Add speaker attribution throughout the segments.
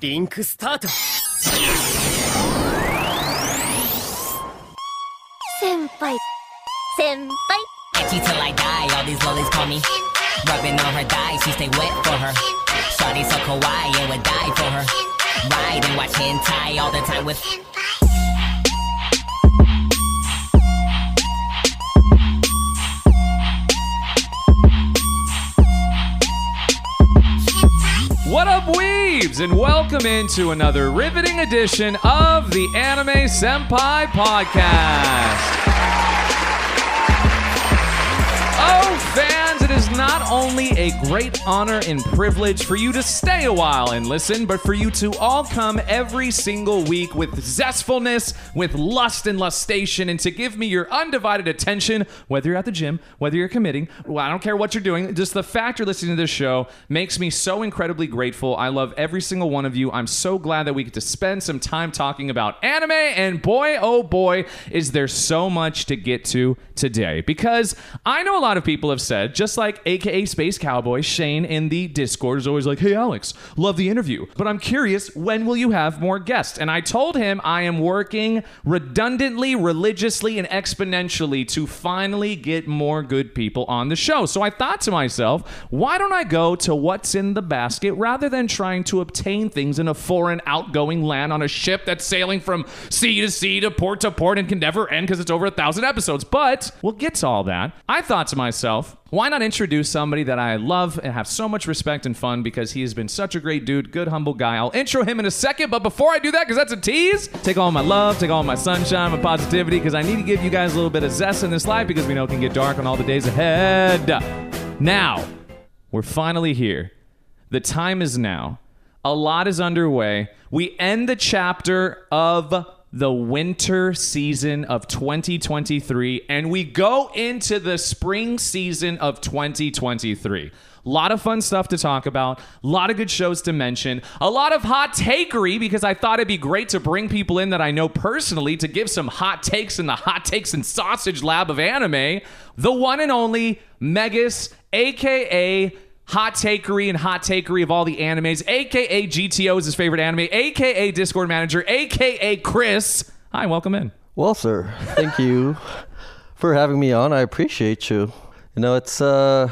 Speaker 1: リンクスタート
Speaker 2: 先輩先輩
Speaker 3: At you till I die, all these lollies call me. Rubbing on her thigh, she stay wet for her. Shawty so kawaii and would die for her. Ride and watch hentai all the time with.
Speaker 4: What up, weebs, and welcome into another riveting edition of the Anime Senpai Podcast. Oh, fans, it is not only a great honor and privilege for you to stay a while and listen, but for you to all come every single week with zestfulness, with lust and lustation, and to give me your undivided attention, whether you're at the gym, whether you're committing, well, I don't care what you're doing, just the fact you're listening to this show makes me so incredibly grateful. I love every single one of you. I'm so glad that we get to spend some time talking about anime, and boy, oh boy, is there so much to get to today. Because I know a lot of people have said, just like AKA Space Cowboy, Shane in the Discord is always like, hey, Alex, love the interview, but I'm curious, when will you have more guests? And I told him I am working redundantly, religiously, and exponentially to finally get more good people on the show. So I thought to myself, why don't I go to what's in the basket rather than trying to obtain things in a foreign outgoing land on a ship that's sailing from sea to sea to port to port and can never end because it's over a thousand episodes. But we'll get to all that. I thought to myself, why not introduce somebody that I love and have so much respect and fun because he has been such a great dude, good, humble guy. I'll intro him in a second, but before I do that, because that's a tease, take all my love, take all my sunshine, my positivity, because I need to give you guys a little bit of zest in this life because we know it can get dark on all the days ahead. Now, we're finally here. The time is now. A lot is underway. We end the chapter of the winter season of 2023 and we go into the spring season of 2023. A lot of fun stuff to talk about, a lot of good shows to mention, a lot of hot takery because I thought it'd be great to bring people in that I know personally to give some hot takes in the hot takes and sausage lab of anime. The one and only Megas, aka hot takery and hot takery of all the animes, aka GTO is his favorite anime, aka Discord manager, aka Chris. Hi, welcome in.
Speaker 5: Well, sir, thank you for having me on. I appreciate you. You know, it's uh,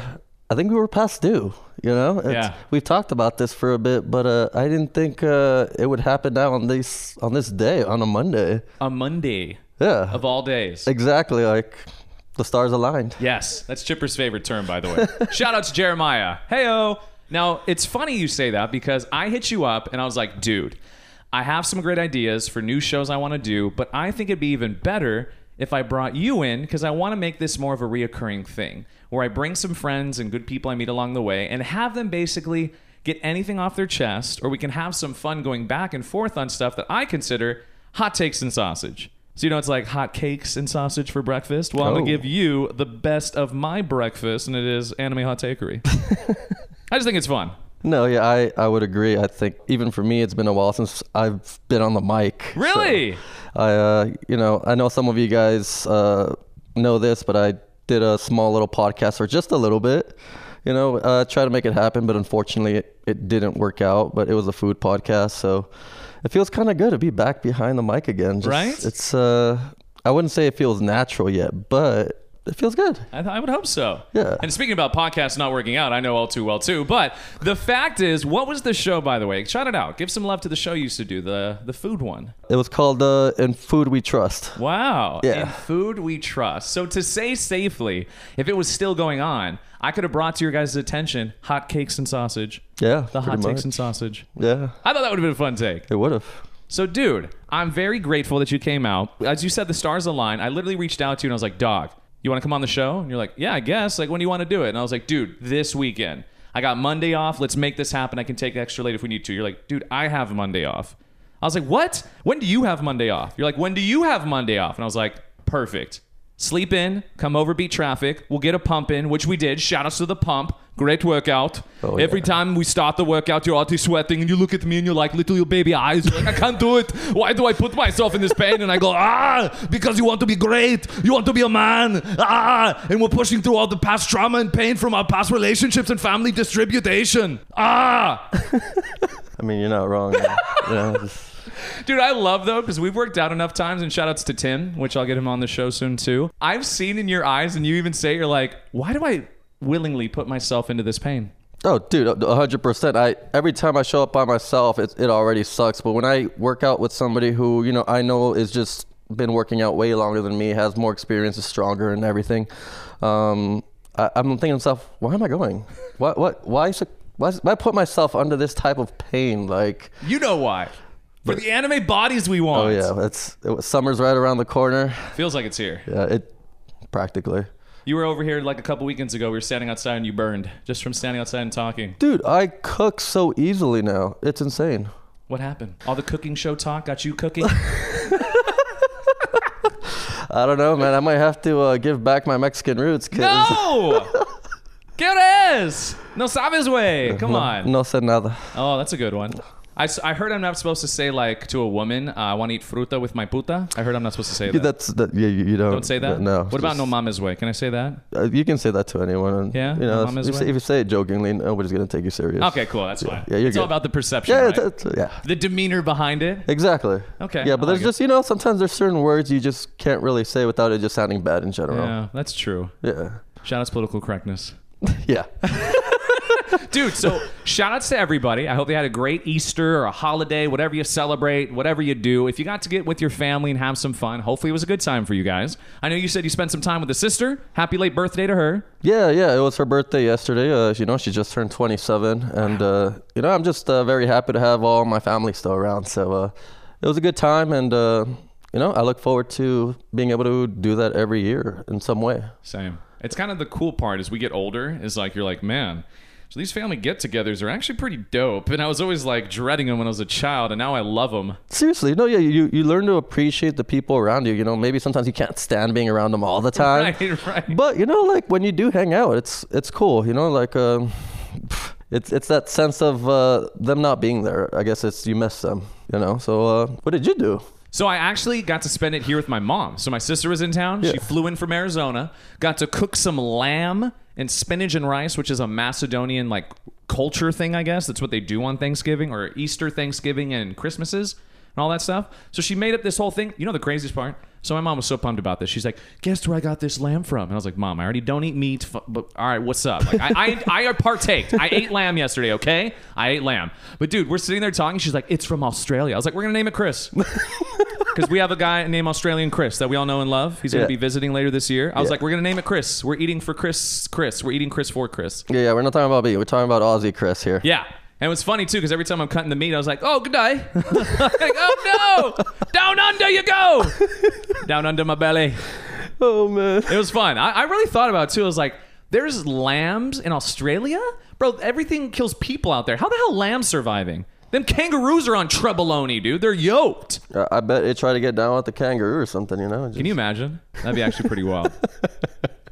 Speaker 5: I think we were past due. You know, it's,
Speaker 4: Yeah.
Speaker 5: we've talked about this for a bit, but uh, I didn't think uh, it would happen now on this on this day on a Monday.
Speaker 4: A Monday
Speaker 5: Yeah,
Speaker 4: of all days.
Speaker 5: exactly. Like the stars aligned.
Speaker 4: Yes, that's Chipper's favorite term, by the way. Shout out to Jeremiah. Heyo. Now it's funny you say that because I hit you up and I was like, dude, I have some great ideas for new shows I want to do, but I think it'd be even better if I brought you in because I want to make this more of a reoccurring thing where I bring some friends and good people I meet along the way and have them basically get anything off their chest, or we can have some fun going back and forth on stuff that I consider hot takes and sausage. So you know it's like hot cakes and sausage for breakfast. Well, I'm
Speaker 5: Oh.
Speaker 4: gonna give you the best of my breakfast, and it is anime hot takery. I just think it's fun.
Speaker 5: No, yeah, I I would agree. I think even for me, it's been a while since I've been on the mic. so-
Speaker 4: Really?
Speaker 5: I, uh, you know, I know some of you guys uh, know this, but I did a small little podcast for just a little bit. You know, uh, try to make it happen, but unfortunately, it, it didn't work out. But it was a food podcast, so it feels kind of good to be back behind the mic again. Just-
Speaker 4: Right?
Speaker 5: It's. Uh, I wouldn't say it feels natural yet, but it feels good.
Speaker 4: I, th- I would hope so.
Speaker 5: Yeah.
Speaker 4: And speaking about podcasts not working out, I know all too well too. But the fact is, what was the show by the way? Shout it out. Give some love to the show you used to do the the food one.
Speaker 5: It was called uh, "In Food We Trust."
Speaker 4: Wow.
Speaker 5: Yeah.
Speaker 4: In food we trust. So to say safely, if it was still going on, I could have brought to your guys' attention hot cakes and sausage.
Speaker 5: Yeah,
Speaker 4: The hot
Speaker 5: pretty
Speaker 4: takes
Speaker 5: much.
Speaker 4: and sausage.
Speaker 5: Yeah,
Speaker 4: I thought that would have been a fun take.
Speaker 5: it would have.
Speaker 4: So, dude, I'm very grateful that you came out. As you said, the stars aligned. I literally reached out to you and I was like, dog, you want to come on the show? And you're like, yeah, I guess. Like, when do you want to do it? And I was like, dude, this weekend. I got Monday off. Let's make this happen. I can take extra late if we need to. You're like, dude, I have Monday off. I was like, what? When do you have Monday off? You're like, when do you have Monday off? And I was like, perfect. Sleep in, come over, beat traffic. We'll get a pump in, which we did. Shout outs to the pump. Great workout.
Speaker 5: Oh,
Speaker 4: Every
Speaker 5: yeah.
Speaker 4: time we start the workout, you're already sweating, and you look at me and you're like, little your baby eyes. You're like, I can't do it. Why do I put myself in this pain? And I go, ah, because you want to be great. You want to be a man. Ah, and we're pushing through all the past trauma and pain from our past relationships and family distribution. Ah.
Speaker 5: I mean, you're not wrong. man. you know, just-
Speaker 4: Dude, I love though because we've worked out enough times, and shout outs to Tim, which I'll get him on the show soon too. I've seen in your eyes, and you even say you're like, why do I willingly put myself into this pain?
Speaker 5: Oh, dude, a hundred percent. I every time I show up by myself, it it already sucks. But when I work out with somebody who you know I know is just been working out way longer than me, has more experience, is stronger, and everything, um, I, I'm thinking to myself, why am I going? What what why should why, s- why put myself under this type of pain? Like,
Speaker 4: You know why? For the anime bodies we want.
Speaker 5: oh yeah, it's it was, summer's right around the corner.
Speaker 4: Feels like it's here.
Speaker 5: Yeah, it practically.
Speaker 4: You were over here like a couple weekends ago. We were standing outside and you burned just from standing outside and talking.
Speaker 5: Dude, I cook so easily now. It's insane.
Speaker 4: What happened? All the cooking show talk got you cooking?
Speaker 5: I don't know, man. I might have to uh, give back my Mexican roots. 'cause-
Speaker 4: no! ¿Qué es? No sabes, way. Come on.
Speaker 5: No said nada.
Speaker 4: Oh, that's a good one. I, s- I heard I'm not supposed to say, like, to a woman, uh, I want to eat fruta with my puta. I heard I'm not supposed to say that.
Speaker 5: That's that. Yeah, you, you don't.
Speaker 4: Don't say that?
Speaker 5: No.
Speaker 4: What about
Speaker 5: just-
Speaker 4: no mames way? Can I say that?
Speaker 5: uh, You can say that to anyone. And,
Speaker 4: Yeah,
Speaker 5: You
Speaker 4: no
Speaker 5: know,
Speaker 4: mames
Speaker 5: if, you say-
Speaker 4: way.
Speaker 5: if you say it jokingly, nobody's gonna take you serious.
Speaker 4: Okay, cool. That's fine.
Speaker 5: yeah, you're
Speaker 4: it's all
Speaker 5: good.
Speaker 4: about the perception.
Speaker 5: Yeah.
Speaker 4: right?
Speaker 5: It's, it's, yeah.
Speaker 4: the demeanor behind it.
Speaker 5: Exactly.
Speaker 4: Okay,
Speaker 5: Yeah,
Speaker 4: I
Speaker 5: but there's
Speaker 4: like it.
Speaker 5: just you know sometimes there's certain words you just can't really say without it just sounding bad in general.
Speaker 4: Yeah, that's true.
Speaker 5: Yeah.
Speaker 4: Shout out to political correctness.
Speaker 5: Yeah.
Speaker 4: Dude, so shout outs to everybody. I hope they had a great Easter or a holiday, whatever you celebrate, whatever you do. If you got to get with your family and have some fun, hopefully it was a good time for you guys. I know you said you spent some time with a sister. Happy late birthday to her.
Speaker 5: Yeah, yeah. It was her birthday yesterday. Uh, you know, she just turned 27, and uh, you know, I'm just uh, very happy to have all my family still around. So uh, it was a good time, and uh, you know, I look forward to being able to do that every year in some way.
Speaker 4: Same. It's kind of the cool part as we get older, is like you're like, man. So these family get-togethers are actually pretty dope, and I was always like dreading them when I was a child, and now I love them.
Speaker 5: Seriously, no, yeah, you you learn to appreciate the people around you. You know, maybe sometimes you can't stand being around them all the time.
Speaker 4: Right, right.
Speaker 5: But you know, like when you do hang out, it's it's cool. You know, like um, it's it's that sense of uh, them not being there. I guess it's you miss them. You know. So uh, what did you do?
Speaker 4: So I actually got to spend it here with my mom. So my sister was in town. She
Speaker 5: Yeah.
Speaker 4: flew in from Arizona. Got to cook some lamb and spinach and rice, which is a Macedonian like culture thing, I guess. That's what they do on Thanksgiving or Easter, Thanksgiving, and Christmases and all that stuff. So she made up this whole thing. You know the craziest part? So my mom was so pumped about this. She's like, "Guess where I got this lamb from?" And I was like, "Mom, I already don't eat meat. F- but all right, what's up? Like, I, I, I partaked. I ate lamb yesterday. Okay, I ate lamb. But dude, we're sitting there talking. She's like, "It's from Australia." I was like, "We're gonna name it Chris." Because we have a guy named Australian Chris that we all know and love. He's going
Speaker 5: Yeah.
Speaker 4: to be visiting later this year. I was
Speaker 5: Yeah.
Speaker 4: like, we're going to name it Chris. We're eating for Chris. Chris. We're eating Chris for Chris.
Speaker 5: Yeah, yeah, we're not talking about me. We're talking about Aussie Chris here.
Speaker 4: Yeah. And it was funny too because every time I'm cutting the meat, I was like, "Oh, good day." like, oh no, down under you go, down under my belly.
Speaker 5: Oh man.
Speaker 4: It was fun. I, I really thought about it too. I was like, "There's lambs in Australia, bro. Everything kills people out there. How the hell lambs surviving? Them kangaroos are on treboloni, dude. They're yoked.
Speaker 5: I- I bet it tried to get down with the kangaroo or something. You know.
Speaker 4: Can you imagine? That'd be actually pretty wild.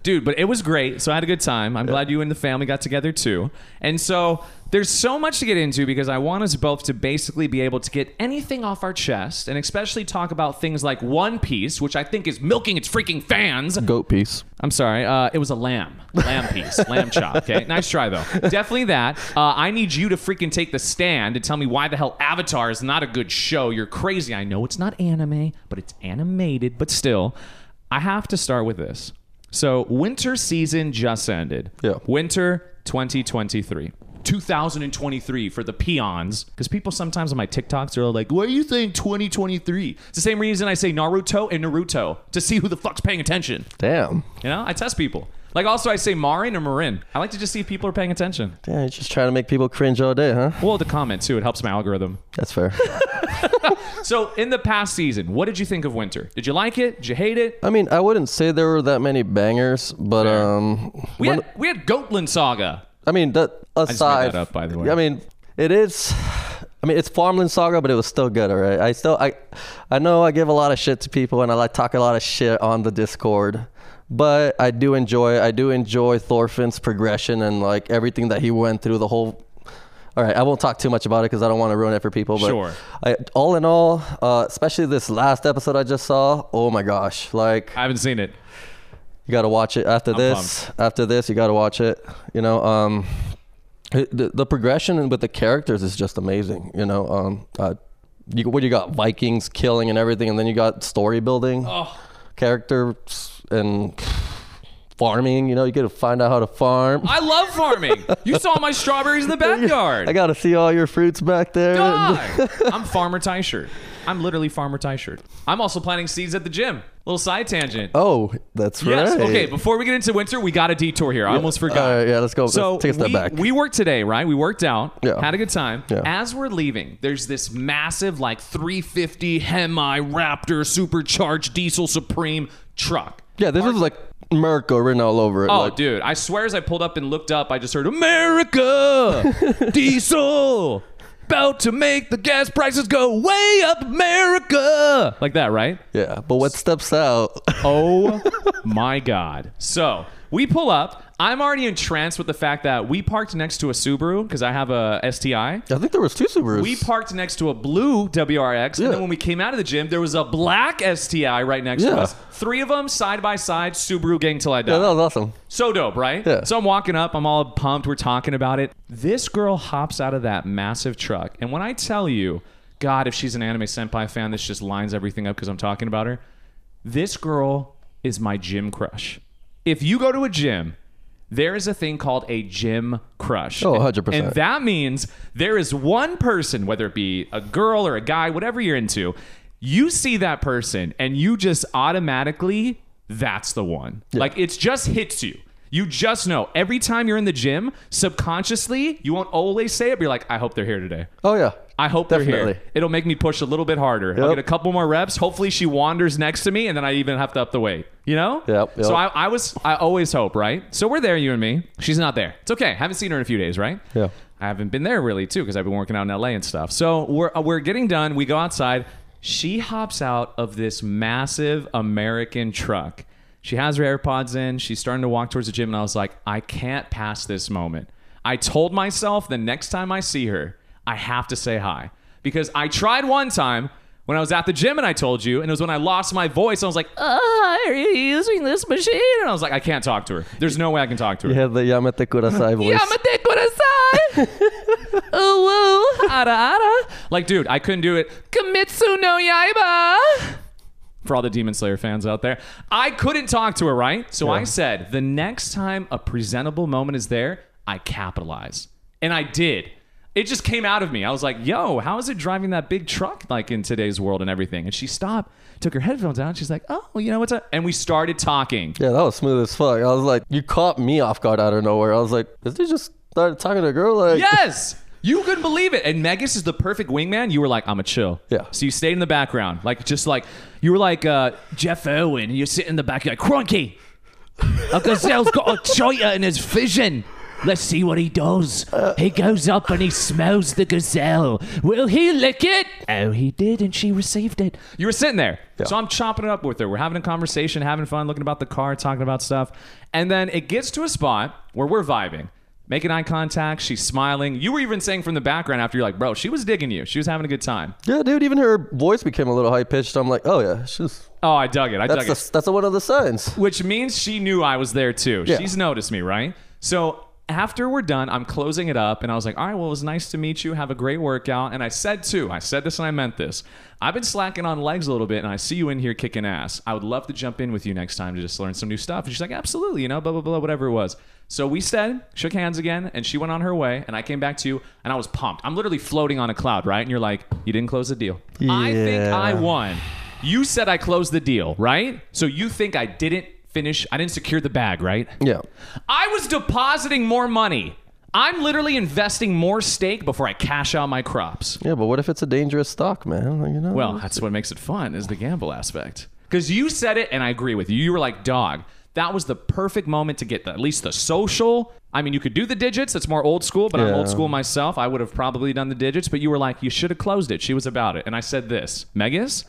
Speaker 4: Dude, but it was great. So I had a good time. I'm glad you and the family got together too. And so there's so much to get into because I want us both to basically be able to get anything off our chest and especially talk about things like One Piece, which I think is milking its freaking fans.
Speaker 5: goat piece?
Speaker 4: I'm sorry. Uh, it was a lamb. Lamb piece. lamb chop. Okay. Nice try, though. Definitely that. Uh, I need you to freaking take the stand and tell me why the hell Avatar is not a good show. You're crazy. I know it's not anime, but it's animated, but still. I have to start with this. So, winter season just ended.
Speaker 5: Yeah.
Speaker 4: Winter 2023. 2023 for the peons because people sometimes on my TikToks are like, "Why are you saying 2023?" It's the same reason I say Naruto and Naruto to see who the fuck's paying attention.
Speaker 5: Damn.
Speaker 4: You know, I test people. Like also, I say Marin or Marin. I like to just see if people are paying attention.
Speaker 5: Damn, you're just trying to make people cringe all day, huh?
Speaker 4: Well, the comment too. It helps my algorithm.
Speaker 5: That's fair.
Speaker 4: So, in the past season, what did you think of Winter? Did you like it? Did you hate it?
Speaker 5: I mean, I wouldn't say there were that many bangers, but
Speaker 4: Fair.
Speaker 5: um,
Speaker 4: We
Speaker 5: one-
Speaker 4: had we had Gotland Saga.
Speaker 5: I mean, that
Speaker 4: just made that
Speaker 5: aside,
Speaker 4: up, by the way.
Speaker 5: I mean, it is. I mean, it's Farmland Saga, but it was still good, all right. I still, I, I know I give a lot of shit to people, and I like talk a lot of shit on the Discord, but I do enjoy, I do enjoy Thorfinn's progression and like everything that he went through. The whole, all right, I won't talk too much about it because I don't want to ruin it for people. But
Speaker 4: Sure.
Speaker 5: I, all in all, uh, especially this last episode I just saw. Oh my gosh, like
Speaker 4: I haven't seen it.
Speaker 5: you got to watch it after this. After this, you got to watch it. You know, um, it, the, the progression and with the characters is just amazing. You know, um, uh, you, what you got Vikings killing and everything, and then you got story building,
Speaker 4: Oh.
Speaker 5: characters and farming. You know, you get to find out how to farm.
Speaker 4: I love farming. you saw my strawberries in the backyard.
Speaker 5: I got to see all your fruits back there.
Speaker 4: God. I'm Farmer Tyshirt. I'm literally Farmer Tyshirt. I'm also planting seeds at the gym. Little side tangent.
Speaker 5: Oh, that's
Speaker 4: Yes.
Speaker 5: right.
Speaker 4: Okay. Before we get into winter, we got a detour here. I almost forgot.
Speaker 5: All right, yeah, uh, let's go.
Speaker 4: So
Speaker 5: Let's take a step
Speaker 4: we,
Speaker 5: back.
Speaker 4: we worked today, right? We worked out,
Speaker 5: Yeah.
Speaker 4: had a good time.
Speaker 5: Yeah.
Speaker 4: As we're leaving, there's this massive, like 350 Hemi Raptor supercharged diesel Supreme truck.
Speaker 5: yeah, this is like Merco written all over it.
Speaker 4: Oh,
Speaker 5: like,
Speaker 4: dude! I swear, as I pulled up and looked up, I just heard America, diesel, about to make the gas prices go way up, America, like that, right?
Speaker 5: Yeah, but what steps out?
Speaker 4: Oh my God. So we pull up. I'm already entranced with the fact that we parked next to a Subaru because I have a STI.
Speaker 5: I think there was two Subarus.
Speaker 4: We parked next to a blue WRX, and
Speaker 5: Yeah.
Speaker 4: then when we came out of the gym, there was a black STI right next to
Speaker 5: Yeah.
Speaker 4: us. Three of them side by side, Subaru gang till I die.
Speaker 5: yeah, that was awesome.
Speaker 4: So dope, right?
Speaker 5: Yeah.
Speaker 4: So I'm walking up, I'm all pumped, we're talking about it. This girl hops out of that massive truck, and when I tell you, God, if she's an anime senpai fan, this just lines everything up because I'm talking about her. This girl is my gym crush. If you go to a gym, there is a thing called a gym crush.
Speaker 5: Oh,
Speaker 4: And-
Speaker 5: 100%.
Speaker 4: And that means there is one person, whether it be a girl or a guy, whatever you're into, you see that person and you just automatically, that's the one. Like it's just hits you. You just know every time you're in the gym, subconsciously, you won't always say it, but you're like, I hope they're here today.
Speaker 5: Oh yeah.
Speaker 4: I hope they're here.
Speaker 5: Definitely.
Speaker 4: It'll make me push a little bit harder. I'll
Speaker 5: Yep.
Speaker 4: get a couple more reps. Hopefully, she wanders next to me, and then I even have to up the weight. You know?
Speaker 5: Yep, yep.
Speaker 4: So I, I was, I always hope, right? So we're there, you and me. She's not there. It's okay. Haven't seen her in a few days, right?
Speaker 5: Yeah.
Speaker 4: I haven't been there really too because I've been working out in LA and stuff. So we're uh, we're getting done. We go outside. She hops out of this massive American truck. She has her AirPods in. She's starting to walk towards the gym, and I was like, I can't pass this moment. I told myself the next time I see her, I have to say hi because I tried one time when I was at the gym and I told you, and it was when I lost my voice. I was like, uh, are you using this machine? And I was like, I can't talk to her. There's no way I can talk to her.
Speaker 5: You had the Yamete Kurasai voice.
Speaker 4: Yamate Kurasai. Ooh, ooh, ara ara. Like, dude, I couldn't do it. Kimitsu no Yaiba. For all the Demon Slayer fans out there, I couldn't talk to her, right? So I said, the next time a presentable moment is there, I capitalize. And I did. It just came out of me. I was like, yo, how is it driving that big truck like in today's world and everything? And she stopped, took her headphones down. She's like, oh, you know what's up? And we started talking.
Speaker 5: yeah, that was smooth as fuck. I was like, you caught me off guard out of nowhere. I was like, did you just started talking to a girl? Like,
Speaker 4: Yes. You couldn't believe it. And Megas is the perfect wingman. You were like, I'm a chill.
Speaker 5: Yeah.
Speaker 4: So you stayed in the background. Like, just like, you were like uh, Jeff Irwin. And you're sitting in the back. You're like, Crunky. A gazelle's got a joiter in his vision. Let's see what he does. He goes up and he smells the gazelle. Will he lick it? Oh, he did, and she received it. You were sitting there. So I'm chopping it up with her. We're having a conversation, having fun, looking about the car, talking about stuff. And then it gets to a spot where we're vibing, making eye contact. She's smiling. You were even saying from the background after you're like, bro, she was digging you. She was having a good time.
Speaker 5: Yeah, dude. Even her voice became a little high pitched. I'm like, oh yeah, she's
Speaker 4: Oh, I dug it. I dug
Speaker 5: that's
Speaker 4: it.
Speaker 5: the, that's one of the signs.
Speaker 4: Which means she knew I was there too.
Speaker 5: Yeah.
Speaker 4: She's noticed me, right? So after we're done, I'm closing it up and I was like, all right, well, it was nice to meet you. Have a great workout. And I said, too, I said this and I meant this. I've been slacking on legs a little bit and I see you in here kicking ass. I would love to jump in with you next time to just learn some new stuff. And she's like, absolutely, you know, blah, blah, blah, whatever it was. So we said, shook hands again, and she went on her way. And I came back to you and I was pumped. I'm literally floating on a cloud, right? And you're like, you didn't close the deal. I think
Speaker 5: Yeah.
Speaker 4: I won. You said I closed the deal, right? So you think I didn't finish, I didn't secure the bag, right?
Speaker 5: Yeah.
Speaker 4: I was depositing more money. I'm literally investing more stake before I cash out my crops.
Speaker 5: Yeah, but what if it's a dangerous stock, man? Like, You know.
Speaker 4: Well, that's what makes it fun is the gamble aspect. Because you said it, and I agree with you. You were like, dog, that was the perfect moment to get the, at least the social. I mean, you could do the digits. It's more old school, but I'm
Speaker 5: Yeah.
Speaker 4: old school myself. I would have probably done the digits, but you were like, you should have closed it. She was about it. And I said this Megas,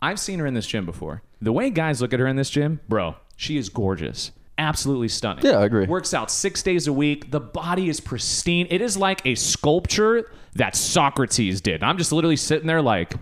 Speaker 4: I've seen her in this gym before. The way guys look at her in this gym, bro, she is gorgeous. Absolutely stunning.
Speaker 5: Yeah, I agree.
Speaker 4: Works out six days a week. The body is pristine. It is like a sculpture that Socrates did. I'm just literally sitting there like,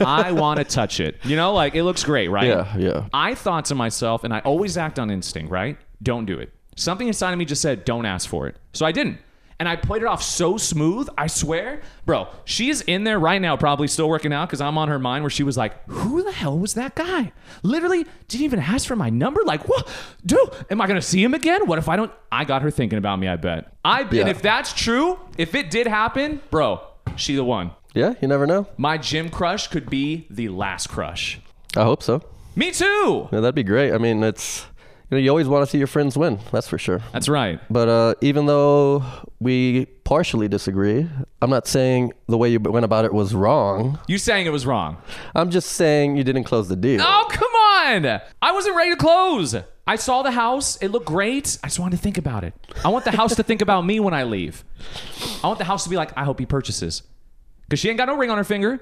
Speaker 4: I want to touch it. You know, like it looks great, right?
Speaker 5: Yeah, yeah.
Speaker 4: I thought to myself, and I always act on instinct, right? Don't do it. Something inside of me just said, don't ask for it. So I didn't. and I played it off so smooth. I swear, bro, she's in there right now, probably still working out because I'm on her mind where she was like, "Who the hell was that guy? Literally didn't even ask for my number. Like, what, dude? Am I gonna see him again? What if I don't?" I got her thinking about me. I bet. I bet
Speaker 5: Yeah.
Speaker 4: and if that's true, if it did happen, bro, she the one.
Speaker 5: Yeah, you never know.
Speaker 4: My gym crush could be the last crush.
Speaker 5: I hope so.
Speaker 4: Me too.
Speaker 5: Yeah, that'd be great. I mean, it's you know you always want to see your friends win. That's for sure.
Speaker 4: That's right.
Speaker 5: But uh, even though we partially disagree, I'm not saying the way you went about it was wrong.
Speaker 4: You saying it was wrong.
Speaker 5: I'm just saying you didn't close the deal.
Speaker 4: Oh, come on. I wasn't ready to close. I saw the house. It looked great. I just wanted to think about it. I want the house to think about me when I leave. I want the house to be like, I hope he purchases. Because she ain't got no ring on her finger.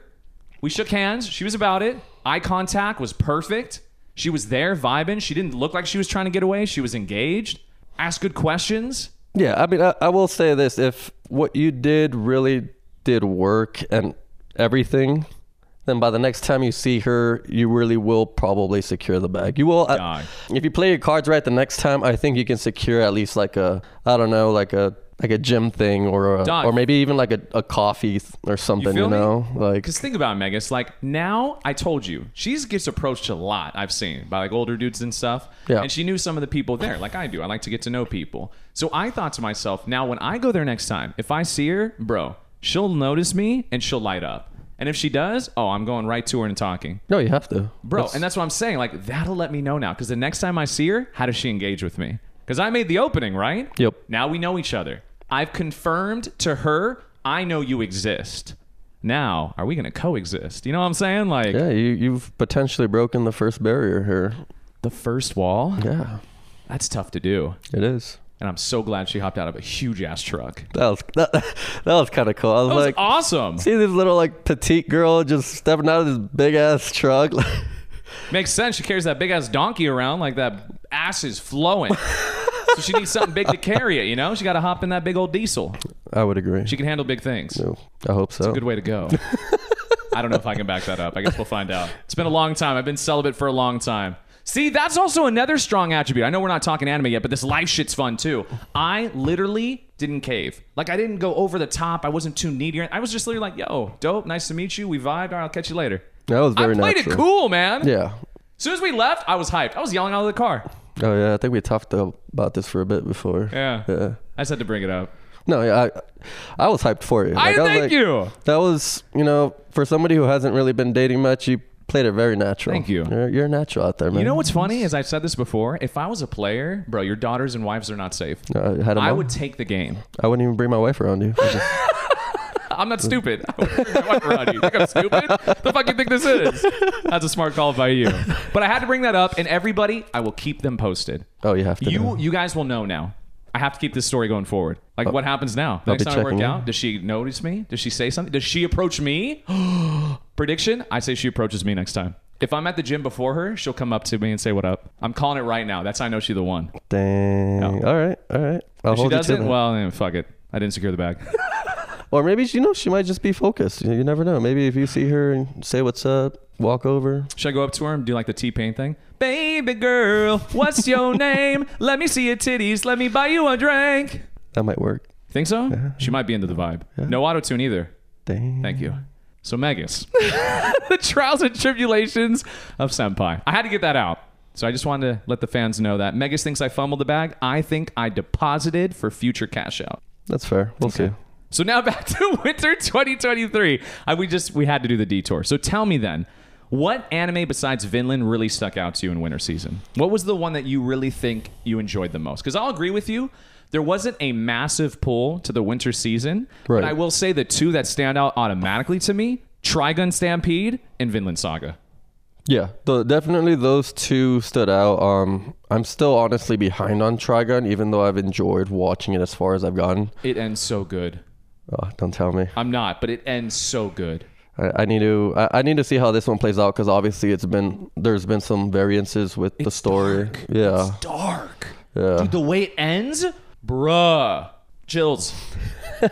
Speaker 4: We shook hands. She was about it. Eye contact was perfect. She was there vibing. She didn't look like she was trying to get away. She was engaged. Asked good questions.
Speaker 5: Yeah, I mean, I, I will say this: if what you did really did work and everything, then by the next time you see her, you really will probably secure the bag. You will, I-
Speaker 4: Dog.
Speaker 5: if you play your cards right the next time. I think you can secure at least like a, I don't know, like a like a gym thing or a,
Speaker 4: Dog.
Speaker 5: or maybe even like a, a coffee th- or something. You,
Speaker 4: feel me?
Speaker 5: know, like
Speaker 4: Because think about it, Megas. Like now, I told you, she gets approached a lot. I've seen by like older dudes and stuff.
Speaker 5: Yeah.
Speaker 4: And she knew some of the people there, like I do. I like to get to know people. So I thought to myself, now when I go there next time, if I see her, bro, she'll notice me and she'll light up. And if she does, oh, I'm going right to her and talking,
Speaker 5: no, you have to,
Speaker 4: bro. and that's what I'm saying. Like that'll let me know now. Because the next time I see her, how does she engage with me? Because I made the opening, right?
Speaker 5: Yep.
Speaker 4: Now we know each other. I've confirmed to her, I know you exist. Now, are we going to coexist? You know what I'm saying? Like
Speaker 5: Yeah, you you've potentially broken the first barrier here.
Speaker 4: the first wall,
Speaker 5: Yeah,
Speaker 4: that's tough to do.
Speaker 5: it is. And
Speaker 4: And I'm so glad she hopped out of a huge ass truck. That
Speaker 5: That was that, that was kind of cool. I was
Speaker 4: was
Speaker 5: like,
Speaker 4: awesome.
Speaker 5: See this little like petite girl just stepping out of this big ass truck.
Speaker 4: Makes sense. She carries that big ass donkey around like that ass is flowing. so she needs something big to carry it, you know? She got to hop in that big old diesel.
Speaker 5: I would agree.
Speaker 4: She can handle big things.
Speaker 5: I hope so.
Speaker 4: Good way to go. I don't know if I can back that up. I guess we'll find out. It's been a long time. I've been celibate for a long time. See, that's also another strong attribute. I know we're not talking anime yet, but this life shit's fun too. I literally didn't cave. Like I didn't go over the top. I wasn't too needy. I was just literally like, "Yo, dope. Nice to meet you. We vibed. All right, I'll catch you later."
Speaker 5: That was very
Speaker 4: I played
Speaker 5: natural.
Speaker 4: it cool, man.
Speaker 5: Yeah.
Speaker 4: As soon as we left, I was hyped. I was yelling out of the car.
Speaker 5: Oh yeah, I think we talked about this for a bit before.
Speaker 4: Yeah.
Speaker 5: Yeah.
Speaker 4: I just had to bring it up.
Speaker 5: No, yeah, I, I was hyped for you.
Speaker 4: I
Speaker 5: was
Speaker 4: thank
Speaker 5: like-
Speaker 4: you.
Speaker 5: That was, you know, for somebody who hasn't really been dating much, you played it very natural.
Speaker 4: Thank you.
Speaker 5: You're, you're natural out there, man.
Speaker 4: You know what's funny is I've said this before. If I was a player, bro, your daughters and wives are not safe.
Speaker 5: I Uh, had 'em
Speaker 4: I
Speaker 5: all.
Speaker 4: would take the game.
Speaker 5: I wouldn't even bring my wife around you. I just-
Speaker 4: I'm not stupid. I wouldn't bring my wife around you. Think I'm stupid? The fuck you think this is? That's a smart call by you. But I had to bring that up, and everybody, I will keep them posted.
Speaker 5: oh, you have to.
Speaker 4: You,
Speaker 5: know.
Speaker 4: you guys will know now. I have to keep this story going forward. Like, what happens now? The next
Speaker 5: Oh. be
Speaker 4: time I work
Speaker 5: checking
Speaker 4: out,
Speaker 5: in.
Speaker 4: does she notice me? Does she say something? Does she approach me? Prediction: I say she approaches me next time. If I'm at the gym before her, she'll come up to me and say, "What up?" I'm calling it right now. That's how I know she's the one. If
Speaker 5: Dang. All right. All right. I'll
Speaker 4: she
Speaker 5: hold you to
Speaker 4: doesn't,
Speaker 5: that.
Speaker 4: well, then fuck it. I didn't secure the bag.
Speaker 5: Or maybe you know she might just be focused. You, you never know. Maybe if you see her and say what's up, walk over.
Speaker 4: Should I go up to her and do like the T Pain thing? Baby girl, what's your name? Let me see your titties. Let me buy you a drink.
Speaker 5: That might work.
Speaker 4: Think so? She might be into the vibe. No auto tune either.
Speaker 5: Dang.
Speaker 4: Thank you. So, Megas, the trials and tribulations of Senpai. I had to get that out. So, I just wanted to let the fans know that Megas thinks I fumbled the bag. I think I deposited for future cash out.
Speaker 5: That's fair. We'll see.
Speaker 4: So now back to winter 2023. I, we just we had to do the detour. So tell me then, what anime besides Vinland really stuck out to you in winter season? What was the one that you really think you enjoyed the most? Because I'll agree with you, there wasn't a massive pull to the winter season.
Speaker 5: Right.
Speaker 4: But I will say the two that stand out automatically to me: Trigun Stampede and Vinland Saga.
Speaker 5: Yeah, the, definitely those two stood out. Um, I'm still honestly behind on Trigun, even though I've enjoyed watching it as far as I've gotten.
Speaker 4: It ends so good.
Speaker 5: Oh, don't tell me.
Speaker 4: I'm not, but it ends so good.
Speaker 5: I, I need to. I, I need to see how this one plays out because obviously it's been there's been some variances with the story. Yeah,
Speaker 4: dark.
Speaker 5: Yeah.
Speaker 4: Dude, the way it ends, bruh, chills.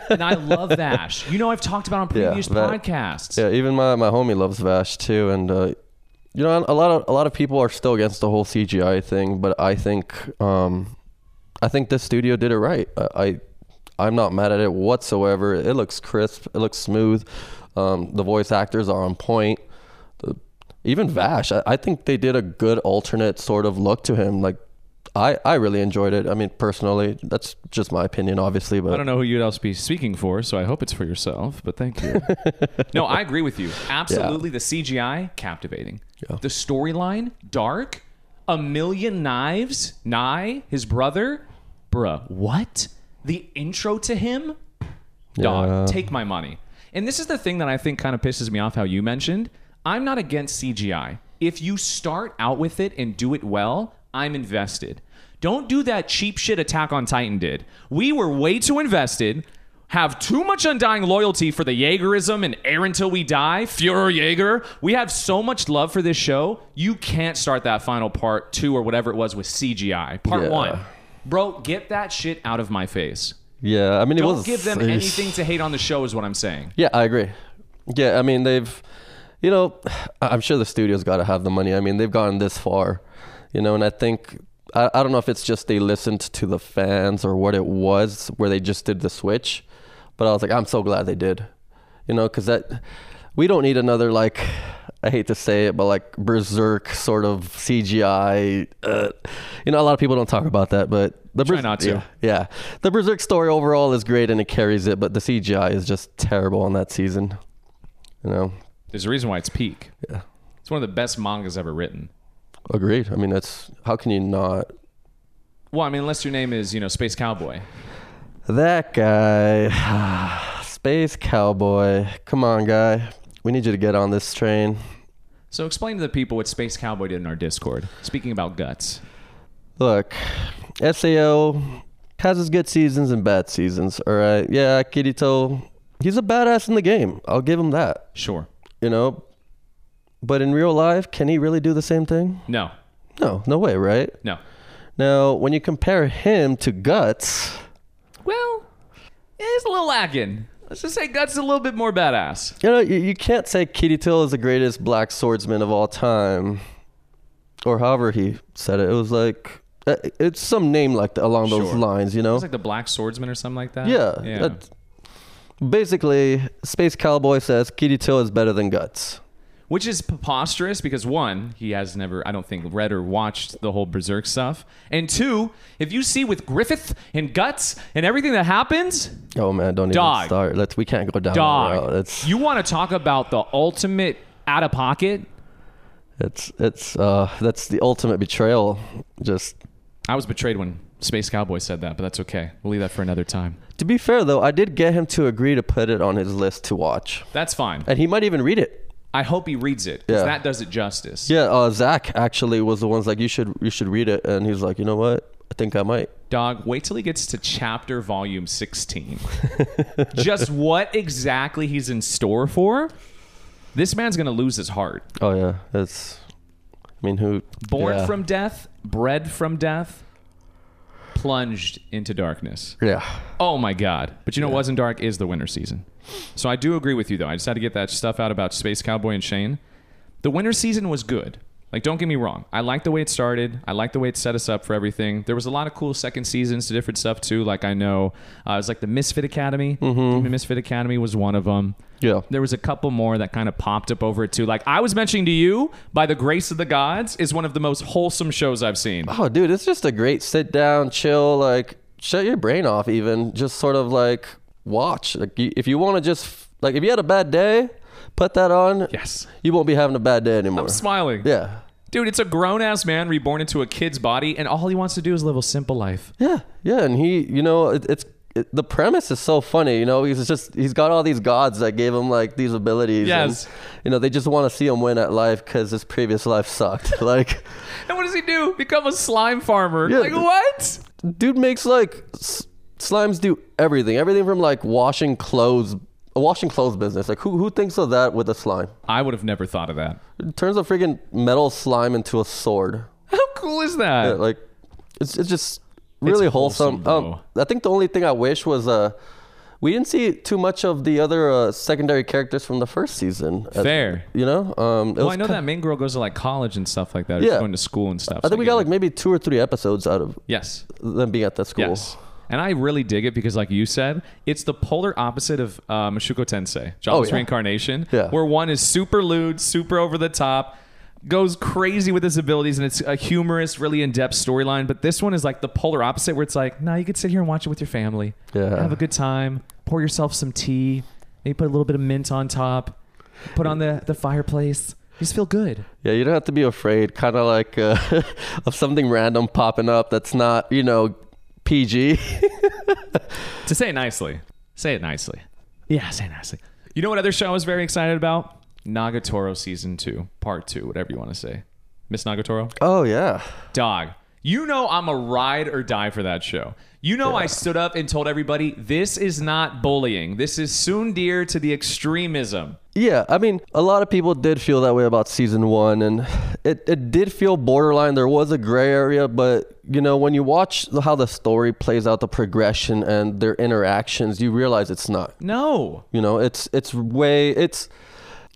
Speaker 4: and I love Vash. You know, I've talked about on previous
Speaker 5: Va-
Speaker 4: podcasts.
Speaker 5: Yeah, even my, my homie loves Vash too, and uh, you know a lot of a lot of people are still against the whole CGI thing, but I think um, I think this studio did it right. I I, I'm not mad at it whatsoever. It looks crisp. It looks smooth. Um, the voice actors are on point. The, even Vash, I, I think they did a good alternate sort of look to him. Like, I, I really enjoyed it. I mean, personally, that's just my opinion, obviously. But
Speaker 4: I don't know who you'd else be speaking for, so I hope it's for yourself, but thank you. no, I agree with you. Absolutely. The CGI, captivating. The storyline, dark. A million knives, Nye, his brother. Bruh, what? The intro to him? Dog,
Speaker 5: Yeah.
Speaker 4: take my money. And this is the thing that I think kind of pisses me off how you mentioned. I'm not against CGI. If you start out with it and do it well, I'm invested. Don't do that cheap shit Attack on Titan did. We were way too invested, have too much undying loyalty for the Jaegerism and air until we die, Fuhrer Jaeger. We have so much love for this show. You can't start that final part two or whatever it was with CGI. Part
Speaker 5: Yeah.
Speaker 4: one. Bro, get that shit out of my face.
Speaker 5: yeah, I mean, it
Speaker 4: Don't
Speaker 5: was.
Speaker 4: give them
Speaker 5: it's-
Speaker 4: anything to hate on the show, is what I'm saying.
Speaker 5: Yeah, I agree. Yeah, I mean they've, you know, I- I'm sure the studio's got to have the money. I mean they've gone this far, you know, and I think I, I don't know if it's just they listened to the fans or what it was where they just did the switch, but I was like I'm so glad they did, you know, because that we don't need another like I hate to say it, but like berserk sort of CGI. Uh, you know, a lot of people don't talk about that, but the
Speaker 4: Try
Speaker 5: Berserk-
Speaker 4: not to.
Speaker 5: yeah. Yeah, the Berserk story overall is great and it carries it, but the CGI is just terrible on that season. You know,
Speaker 4: There's a reason why it's peak. Yeah. It's one of the best mangas ever written.
Speaker 5: agreed. I mean, that's how can you not?
Speaker 4: Well, I mean, unless your name is, you know, Space Cowboy.
Speaker 5: That guy, space cowboy. Come on, guy. We need you to get on this train.
Speaker 4: So explain to the people what Space Cowboy did in our Discord. Speaking about guts.
Speaker 5: Look, Sao has his good seasons and bad seasons. All right. Yeah, Kirito, he's a badass in the game. I'll give him that.
Speaker 4: Sure.
Speaker 5: You know, but in real life, can he really do the same thing?
Speaker 4: No.
Speaker 5: No, no way, right?
Speaker 4: No.
Speaker 5: Now, when you compare him to Guts,
Speaker 4: Well, it's a little lacking. Let's just say Guts is a little bit more badass.
Speaker 5: you know, you, you can't say Kirito is the greatest black swordsman of all time, or however he said it. It was like uh, it's some name like that along those
Speaker 4: Sure.
Speaker 5: lines, you know.
Speaker 4: It's like the Black Swordsman or something like that.
Speaker 5: yeah.
Speaker 4: Yeah.
Speaker 5: that- basically, Space Cowboy says Kirito is better than Guts.
Speaker 4: which is preposterous because one, he has never, I don't think, read or watched the whole Berserk stuff, and two, if you see with Griffith and Guts and everything that happens,
Speaker 5: Oh man, don't
Speaker 4: Dog.
Speaker 5: even start. Let's we can't go down. that route.
Speaker 4: dog,
Speaker 5: It's
Speaker 4: you want to talk about the ultimate out of pocket?
Speaker 5: it's it's uh that's the ultimate betrayal. Just
Speaker 4: I was betrayed when Space Cowboy said that, but that's okay. We'll leave that for another time.
Speaker 5: to be fair though, I did get him to agree to put it on his list to watch.
Speaker 4: That's fine.
Speaker 5: and he might even read it.
Speaker 4: I hope he reads it because
Speaker 5: Yeah.
Speaker 4: that does it justice.
Speaker 5: Yeah, uh, Zach actually was the one's like, you should you should read it, and he's like, you know what, I think I might.
Speaker 4: Dog, wait till he gets to chapter volume 16. Just what exactly he's in store for? This man's going to lose his heart.
Speaker 5: Oh yeah, that's. I mean, who
Speaker 4: Born
Speaker 5: yeah.
Speaker 4: from death, bred from death, plunged into darkness.
Speaker 5: yeah,
Speaker 4: Oh my God. But you know what wasn't dark is the winter season. So I do agree with you, though. I just had to get that stuff out about Space Cowboy and Shane. The winter season was good. Like, don't get me wrong. I liked the way it started. I liked the way it set us up for everything. There was a lot of cool second seasons to different stuff, too. Like, I know uh, it was like the Misfit Academy. Demon Misfit Academy was one of them.
Speaker 5: yeah.
Speaker 4: There was a couple more that kind of popped up over it, too. Like, I was mentioning to you, By the Grace of the Gods is one of the most wholesome shows I've seen.
Speaker 5: Oh, dude, it's just a great sit down, chill, like shut your brain off, even just sort of like watch. Like you, if you want to just like if you had a bad day, put that on.
Speaker 4: Yes.
Speaker 5: you won't be having a bad day anymore.
Speaker 4: Smiling.
Speaker 5: yeah,
Speaker 4: Dude, it's a grown ass man reborn into a kid's body, and all he wants to do is live a simple life.
Speaker 5: Yeah, yeah, and he, you know, it, it's it, the premise is so funny. You know, he's just he's got all these gods that gave him like these abilities.
Speaker 4: Yes.
Speaker 5: and, you know, they just want to see him win at life because his previous life sucked. like,
Speaker 4: And what does he do? Become a slime farmer.
Speaker 5: Yeah.
Speaker 4: Like, what?
Speaker 5: dude makes like s- slimes do everything, everything from like washing clothes, a washing clothes business. Like, who who thinks of that with a slime?
Speaker 4: I would have never thought of that.
Speaker 5: It turns a freaking metal slime into a sword.
Speaker 4: How cool is that?
Speaker 5: Yeah, like it's it's just really
Speaker 4: wholesome,
Speaker 5: wholesome. um, I think the only thing I wish was uh we didn't see too much of the other uh, secondary characters from the first season. Uh,
Speaker 4: Fair.
Speaker 5: You know, um, it
Speaker 4: well,
Speaker 5: was
Speaker 4: I know
Speaker 5: ki-
Speaker 4: that main girl goes to like college and stuff like that. or she's
Speaker 5: Yeah.
Speaker 4: going to school and stuff.
Speaker 5: I think we got like maybe two or three episodes out of
Speaker 4: Yes.
Speaker 5: them being at that school.
Speaker 4: Yes. and I really dig it because, like you said, it's the polar opposite of uh, Mashuko Tensei, Jobless
Speaker 5: Oh, yeah.
Speaker 4: Reincarnation,
Speaker 5: Yeah.
Speaker 4: where one is super lewd, super over the top, goes crazy with his abilities, and it's a humorous, really in depth storyline. But this one is like the polar opposite, where it's like, nah, you could sit here and watch it with your family,
Speaker 5: Yeah.
Speaker 4: have a good time, pour yourself some tea, maybe put a little bit of mint on top, put on the, the fireplace, just feel good.
Speaker 5: Yeah, you don't have to be afraid, kind of like uh, of something random popping up that's not, you know, PG.
Speaker 4: To say it nicely. Say it nicely. Yeah, say it nicely. You know what other show I was very excited about? Nagatoro season two, part two, whatever you want to say. Miss Nagatoro?
Speaker 5: oh, yeah.
Speaker 4: Dog. You know I'm a ride or die for that show. You know I stood up and told everybody this is not bullying. This is soon dear to the extremism.
Speaker 5: Yeah, I mean, a lot of people did feel that way about season one, and it, it did feel borderline. There was a gray area, but you know, when you watch how the story plays out, the progression and their interactions, you realize it's not.
Speaker 4: No.
Speaker 5: You know, it's it's way it's,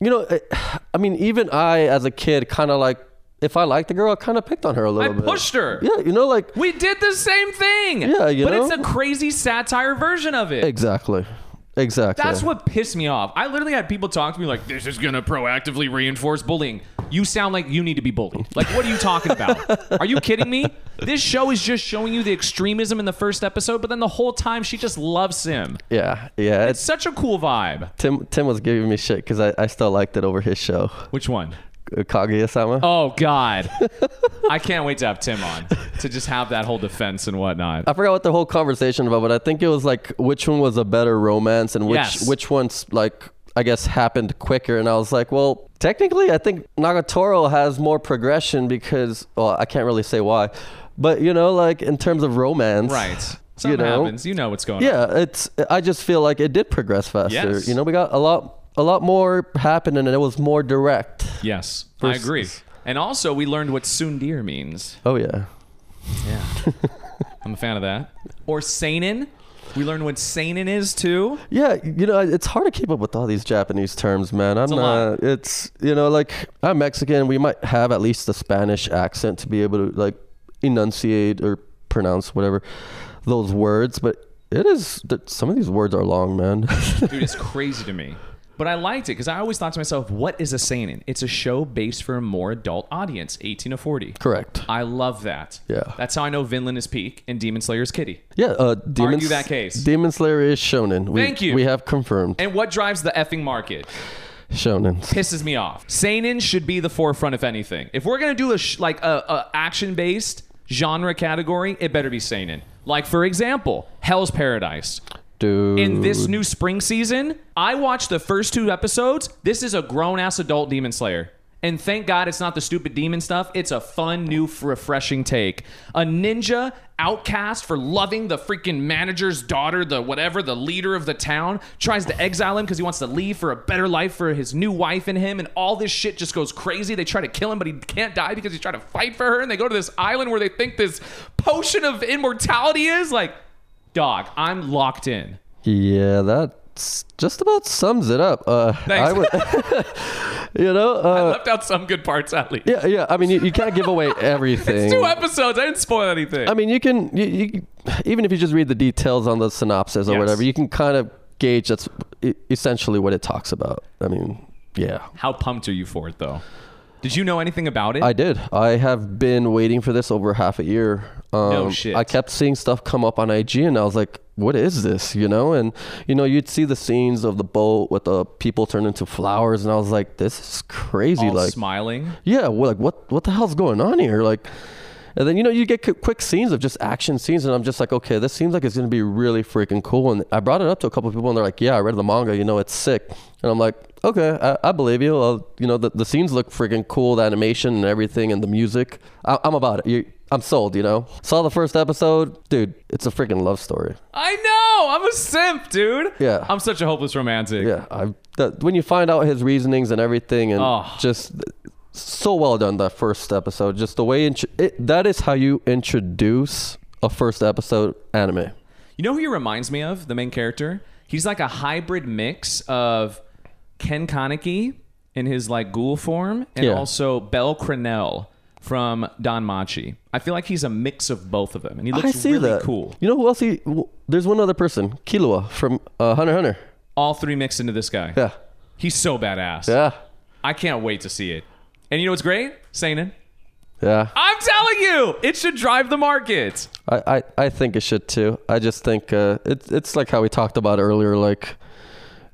Speaker 5: you know, it, I mean, even I as a kid, kind of like if I liked the girl, I kind of picked on her a
Speaker 4: I
Speaker 5: little bit.
Speaker 4: pushed her.
Speaker 5: Yeah, you know, like
Speaker 4: We did the same thing.
Speaker 5: Yeah, you
Speaker 4: But
Speaker 5: know?
Speaker 4: it's a crazy satire version of it.
Speaker 5: exactly, exactly.
Speaker 4: That's what pissed me off. I literally had people talk to me like, "This is gonna proactively reinforce bullying." You sound like you need to be bullied. Like, what are you talking about? are you kidding me? This show is just showing you the extremism in the first episode, but then the whole time she just loves him.
Speaker 5: Yeah, yeah. It's
Speaker 4: Such a cool vibe.
Speaker 5: Tim. Tim was giving me shit because I, I still liked it over his show,
Speaker 4: Which one?
Speaker 5: Kaguya-sama.
Speaker 4: Oh God, I can't wait to have Tim on to just have that whole defense and whatnot.
Speaker 5: I forgot what the whole conversation about, but I think it was like which one was a better romance and which
Speaker 4: Yes.
Speaker 5: which one's like I guess happened quicker. And I was like, well, technically, I think Nagatoro has more progression because well, I can't really say why, but you know, like in terms of romance,
Speaker 4: Right. Something
Speaker 5: you know,
Speaker 4: happens. You know what's going on.
Speaker 5: Yeah, it's. I just feel like it did progress faster.
Speaker 4: Yes.
Speaker 5: You know, we got a lot a lot more happened and it was more direct.
Speaker 4: Yes, I
Speaker 5: Versus-
Speaker 4: agree. And also, we learned what "sundir" means.
Speaker 5: Oh yeah.
Speaker 4: I'm a fan of that. Or seinen. We learned what seinen is too.
Speaker 5: Yeah, you know, it's hard to keep up with all these Japanese terms, man. I'm
Speaker 4: a
Speaker 5: not. It's you know, like I'm Mexican. We might have at least the Spanish accent to be able to like enunciate or pronounce whatever those words, but it is th- some of these words are long, man.
Speaker 4: Dude, it's crazy to me. But I liked it because I always thought to myself, what is a seinen? It's a show based for a more adult audience, 18 to 40.
Speaker 5: Correct.
Speaker 4: I love that.
Speaker 5: Yeah.
Speaker 4: That's how I know Vinland is peak and Demon Slayer is kitty.
Speaker 5: Yeah, uh, Demon,
Speaker 4: Argue that case.
Speaker 5: Demon Slayer is shonen. We,
Speaker 4: Thank you.
Speaker 5: We have confirmed
Speaker 4: And what drives the effing market?
Speaker 5: shonen.
Speaker 4: Pisses me off. Seinen should be the forefront if anything. If we're gonna do a sh- like a, a action based genre category, it better be seinen. Like for example, Hell's Paradise.
Speaker 5: Dude,
Speaker 4: in this new spring season, I watched the first two episodes. This is a grown ass adult Demon Slayer. And thank God it's not the stupid demon stuff. It's a fun, new, f- refreshing take. A ninja outcast for loving the freaking manager's daughter, the whatever, the leader of the town, tries to exile him because he wants to leave for a better life for his new wife and him. And all this shit just goes crazy. They try to kill him, but he can't die because he's trying to fight for her. And they go to this island where they think this potion of immortality is. Like, dog, I'm locked in.
Speaker 5: yeah, that's just about sums it up. Uh,
Speaker 4: Thanks.
Speaker 5: I would, you know, uh,
Speaker 4: Left out some good parts at least.
Speaker 5: Yeah, yeah. I mean, you, you can't give away everything.
Speaker 4: Two episodes. I didn't spoil anything.
Speaker 5: I mean, you can, you, you, even if you just read the details on the synopsis or
Speaker 4: Yes.
Speaker 5: whatever, you can kind of gauge that's e- essentially what it talks about. I mean, yeah.
Speaker 4: How pumped are you for it though? Did you know anything about it?
Speaker 5: I did. I have been waiting for this over half a year. Um,
Speaker 4: shit.
Speaker 5: I kept seeing stuff come up on IG, and I was like, "What is this?" You know, and you know, you'd see the scenes of the boat with the people turned into flowers, and I was like, "This is crazy!"
Speaker 4: All
Speaker 5: like,
Speaker 4: smiling.
Speaker 5: yeah well, like what what the hell's going on here like and then you know you get qu- quick scenes of just action scenes and i'm just like okay this seems like it's going to be really freaking cool and i brought it up to a couple of people and they're like yeah i read the manga you know it's sick and i'm like okay i, I believe you I'll, you know the, the scenes look freaking cool the animation and everything and the music I, i'm about it you, i'm sold you know saw the first episode dude it's a freaking love story
Speaker 4: I know. I'm a simp, dude.
Speaker 5: Yeah.
Speaker 4: I'm such a hopeless romantic.
Speaker 5: yeah i that, when you find out his reasonings and everything and
Speaker 4: Oh.
Speaker 5: just so well done that first episode just the way int- it, that is how you introduce a first episode anime
Speaker 4: You know who he reminds me of? The main character. He's like a hybrid mix of Ken Kaneki in his like ghoul form and
Speaker 5: Yeah.
Speaker 4: also Bell Crenell from Don Machi. I feel like he's a mix of both of them, and he looks
Speaker 5: I see
Speaker 4: really
Speaker 5: that.
Speaker 4: cool.
Speaker 5: You know who else he? w- There's one other person, Kilua from uh, Hunter x Hunter.
Speaker 4: All three mixed into this guy.
Speaker 5: Yeah,
Speaker 4: He's so badass.
Speaker 5: yeah,
Speaker 4: I can't wait to see it. And you know what's great? Seinen.
Speaker 5: yeah.
Speaker 4: I'm telling you, it should drive the market.
Speaker 5: I, I, I think it should too. I just think uh, it's it's like how we talked about earlier, like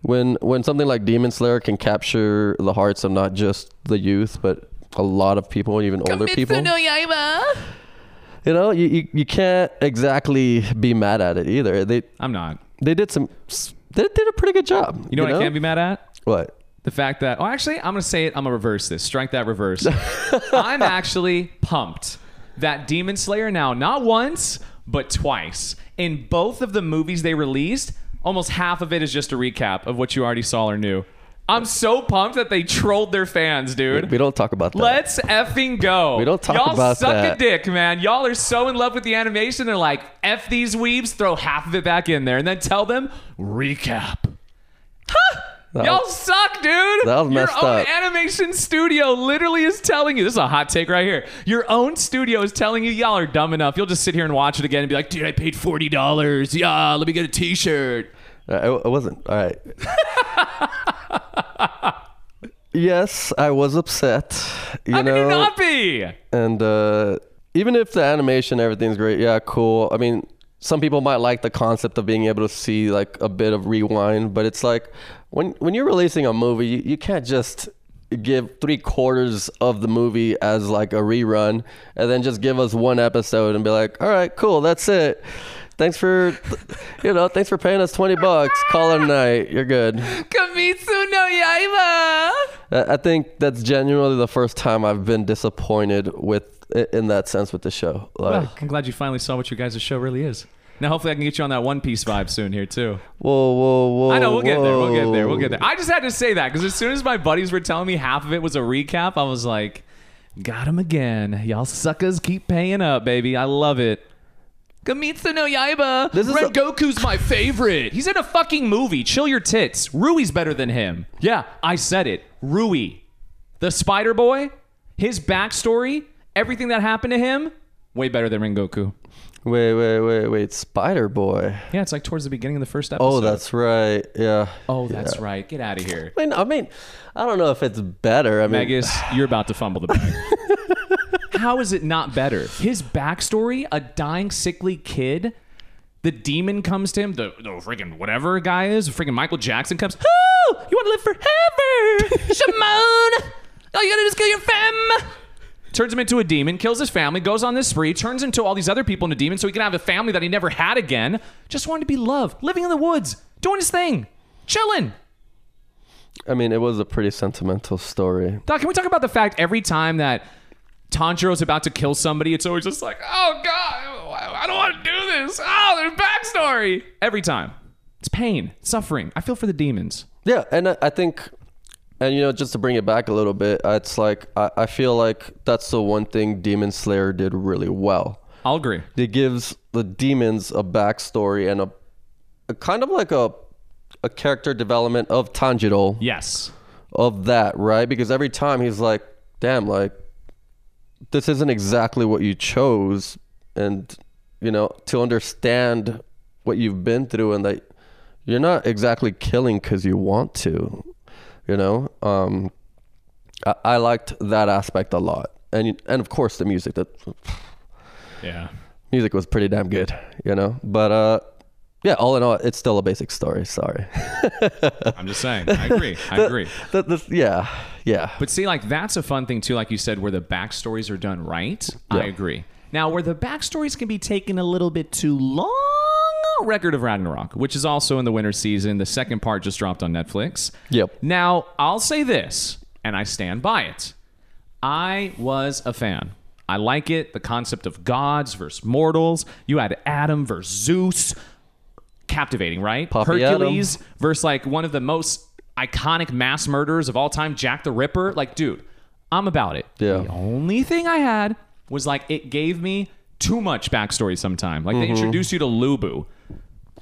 Speaker 5: when when something like Demon Slayer can capture the hearts of not just the youth, but a lot of people and even older people. You know, you, you, you can't exactly be mad at it either. They
Speaker 4: I'm not.
Speaker 5: they did some s- they did a pretty good job.
Speaker 4: You know what I can't be mad at?
Speaker 5: What?
Speaker 4: The fact that, oh, actually, I'm going to say it. I'm going to reverse this. Strike that reverse. I'm actually pumped that Demon Slayer now, not once, but twice. In both of the movies they released, almost half of it is just a recap of what you already saw or knew. I'm so pumped that they trolled their fans, dude.
Speaker 5: We don't talk about that.
Speaker 4: Let's effing go. We
Speaker 5: don't talk
Speaker 4: Y'all
Speaker 5: about
Speaker 4: suck
Speaker 5: that.
Speaker 4: a dick, man. Y'all are so in love with the animation. They're like, F these weebs, throw half of it back in there, and then tell them, recap. Huh?
Speaker 5: That
Speaker 4: Y'all
Speaker 5: was-
Speaker 4: suck, dude.
Speaker 5: that was messed
Speaker 4: Your own
Speaker 5: up.
Speaker 4: animation studio literally is telling you this is a hot take right here. Your own studio is telling you y'all are dumb enough. You'll just sit here and watch it again and be like, dude, I paid forty dollars. Yeah, let me get a T-shirt.
Speaker 5: Uh, I, I wasn't. All right. yes, I was upset. You
Speaker 4: How
Speaker 5: know,
Speaker 4: can you not be?
Speaker 5: and uh, even if the animation everything's great, yeah, cool. I mean, some people might like the concept of being able to see like a bit of rewind, but it's like when when you're releasing a movie, you, you can't just give three quarters of the movie as like a rerun and then just give us one episode and be like, all right, cool, that's it. Thanks for, you know, thanks for paying us twenty bucks. Call it a night. You're good.
Speaker 4: Kamitsu no Yaiba.
Speaker 5: I I think that's genuinely the first time I've been disappointed with in that sense with the show. Like,
Speaker 4: I'm glad you finally saw what your guys' show really is. Now, hopefully, I can get you on that One Piece vibe soon here too.
Speaker 5: whoa, whoa, whoa!
Speaker 4: I know we'll get there. We'll get there. We'll
Speaker 5: whoa.
Speaker 4: get there. I just had to say that because as soon as my buddies were telling me half of it was a recap, I was like, "Got him again, y'all suckers! Keep paying up, baby. I love it." Gamitsu no Yaiba.
Speaker 5: This is
Speaker 4: Ren
Speaker 5: a-
Speaker 4: Goku's my favorite. He's in a fucking movie. Chill your tits. Rui's better than him. Yeah, I said it. Rui, the Spider Boy, his backstory, everything that happened to him, way better than Ren Goku.
Speaker 5: Wait, wait, wait, wait! Spider Boy.
Speaker 4: Yeah, it's like towards the beginning of the first episode.
Speaker 5: Oh, that's right. Yeah.
Speaker 4: oh, that's right. Get out of here.
Speaker 5: I mean, I mean, I don't know if it's better. I mean,
Speaker 4: Megas, you're about to fumble the bag. How is it not better? His backstory, a dying, sickly kid. The demon comes to him, the, the freaking whatever guy is, freaking Michael Jackson comes, Oh, you want to live forever, Shimon! All you gotta do is kill your fam! Turns him into a demon, kills his family, goes on this spree, turns into all these other people into demons so he can have a family that he never had again. Just wanted to be loved, living in the woods, doing his thing, chilling.
Speaker 5: I mean, it was a pretty sentimental story.
Speaker 4: Doc, can we talk about the fact every time that Tanjiro's about to kill somebody, it's always just like, oh god, I I don't want to do this. Oh, there's backstory every time. It's pain, suffering. I feel for the demons.
Speaker 5: Yeah, and I, I think, and you know, just to bring it back a little bit, it's like I, I feel like that's the one thing Demon Slayer did really well.
Speaker 4: I'll agree.
Speaker 5: it gives the demons a backstory and a, a kind of like a a character development of Tanjiro
Speaker 4: Yes,
Speaker 5: of that, right? Because every time he's like, damn, like this isn't exactly what you chose and you know, to understand what you've been through and that you're not exactly killing cuz you want to, you know? Um I, I liked that aspect a lot. And and of course the music that
Speaker 4: yeah.
Speaker 5: music was pretty damn good, you know. But uh, yeah, all in all, it's still a basic story. Sorry.
Speaker 4: I'm just saying. I agree. I agree.
Speaker 5: That- that's- yeah, yeah.
Speaker 4: But see, like that's a fun thing too. Like you said, where the backstories are done right. I agree. Now, where the backstories can be taken a little bit too long, record of Ragnarok, which is also in the winter season. The second part just dropped on Netflix.
Speaker 5: Yep.
Speaker 4: Now, I'll say this, and I stand by it. I was a fan. I like it. The concept of gods versus mortals. You had Adam versus Zeus. Captivating, right?
Speaker 5: Poppy Adam.
Speaker 4: Hercules versus like one of the most iconic mass murderers of all time, Jack the Ripper. Like, dude, I'm about it.
Speaker 5: Yeah.
Speaker 4: The only thing I had was like it gave me too much backstory sometime. Like they introduce you to Lubu.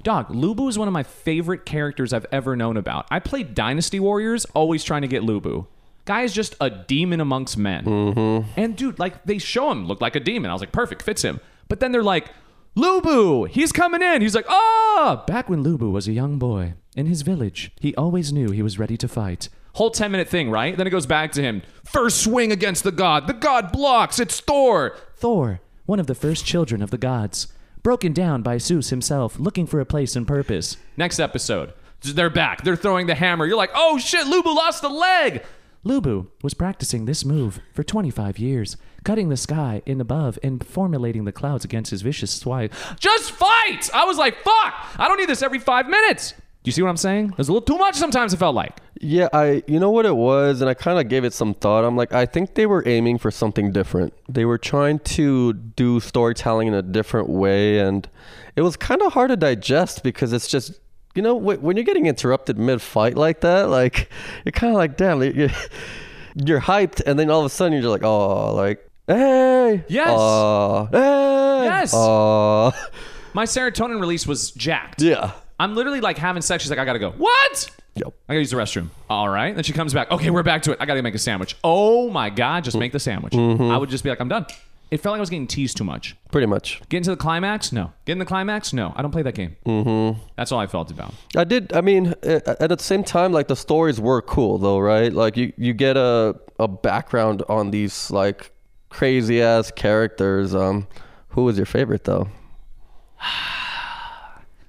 Speaker 4: Dog, Lubu is one of my favorite characters I've ever known about. I played Dynasty Warriors, always trying to get Lubu. Guy is just a demon amongst men. And dude, like they show him look like a demon. I was like, perfect, fits him. But then they're like, Lubu, he's coming in. He's like, ah, back when Lubu was a young boy in his village, he always knew he was ready to fight. Whole 10 minute thing, right? Then it goes back to him. First swing against the god. The god blocks. It's Thor. Thor, one of the first children of the gods, broken down by Zeus himself, looking for a place and purpose. Next episode, they're back. They're throwing the hammer. You're like, oh shit, Lubu lost a leg. Lubu was practicing this move for 25 years, cutting the sky in above and formulating the clouds against his vicious swipe. Just fight! I was like, fuck! I don't need this every five minutes! Do you see what I'm saying? It was a little too much sometimes, it felt like.
Speaker 5: Yeah, I you know what it was, and I kind of gave it some thought. I'm like, I think they were aiming for something different. They were trying to do storytelling in a different way, and it was kind of hard to digest because it's just you know wh- when you're getting interrupted mid-fight like that, like you're kind of like, damn, you- you- you're hyped, and then all of a sudden you're just like, oh, like hey,
Speaker 4: Yes.
Speaker 5: aw, hey,
Speaker 4: Yes.
Speaker 5: aw."
Speaker 4: My serotonin release was jacked.
Speaker 5: yeah,
Speaker 4: I'm literally like having sex. She's like, I gotta go. What?
Speaker 5: yep.
Speaker 4: I gotta use the restroom. All right. Then she comes back. Okay, we're back to it. I gotta make a sandwich. Oh my God, just make the sandwich. I would just be like, I'm done. It felt like I was getting teased too much.
Speaker 5: Pretty much.
Speaker 4: Get into the climax? No. Get in the climax? No. I don't play that game. Mm-hmm. That's all I felt about.
Speaker 5: I did. I mean, a- at the same time, like the stories were cool though, right? Like you, you get a a background on these like crazy ass characters. Um, who was your favorite though?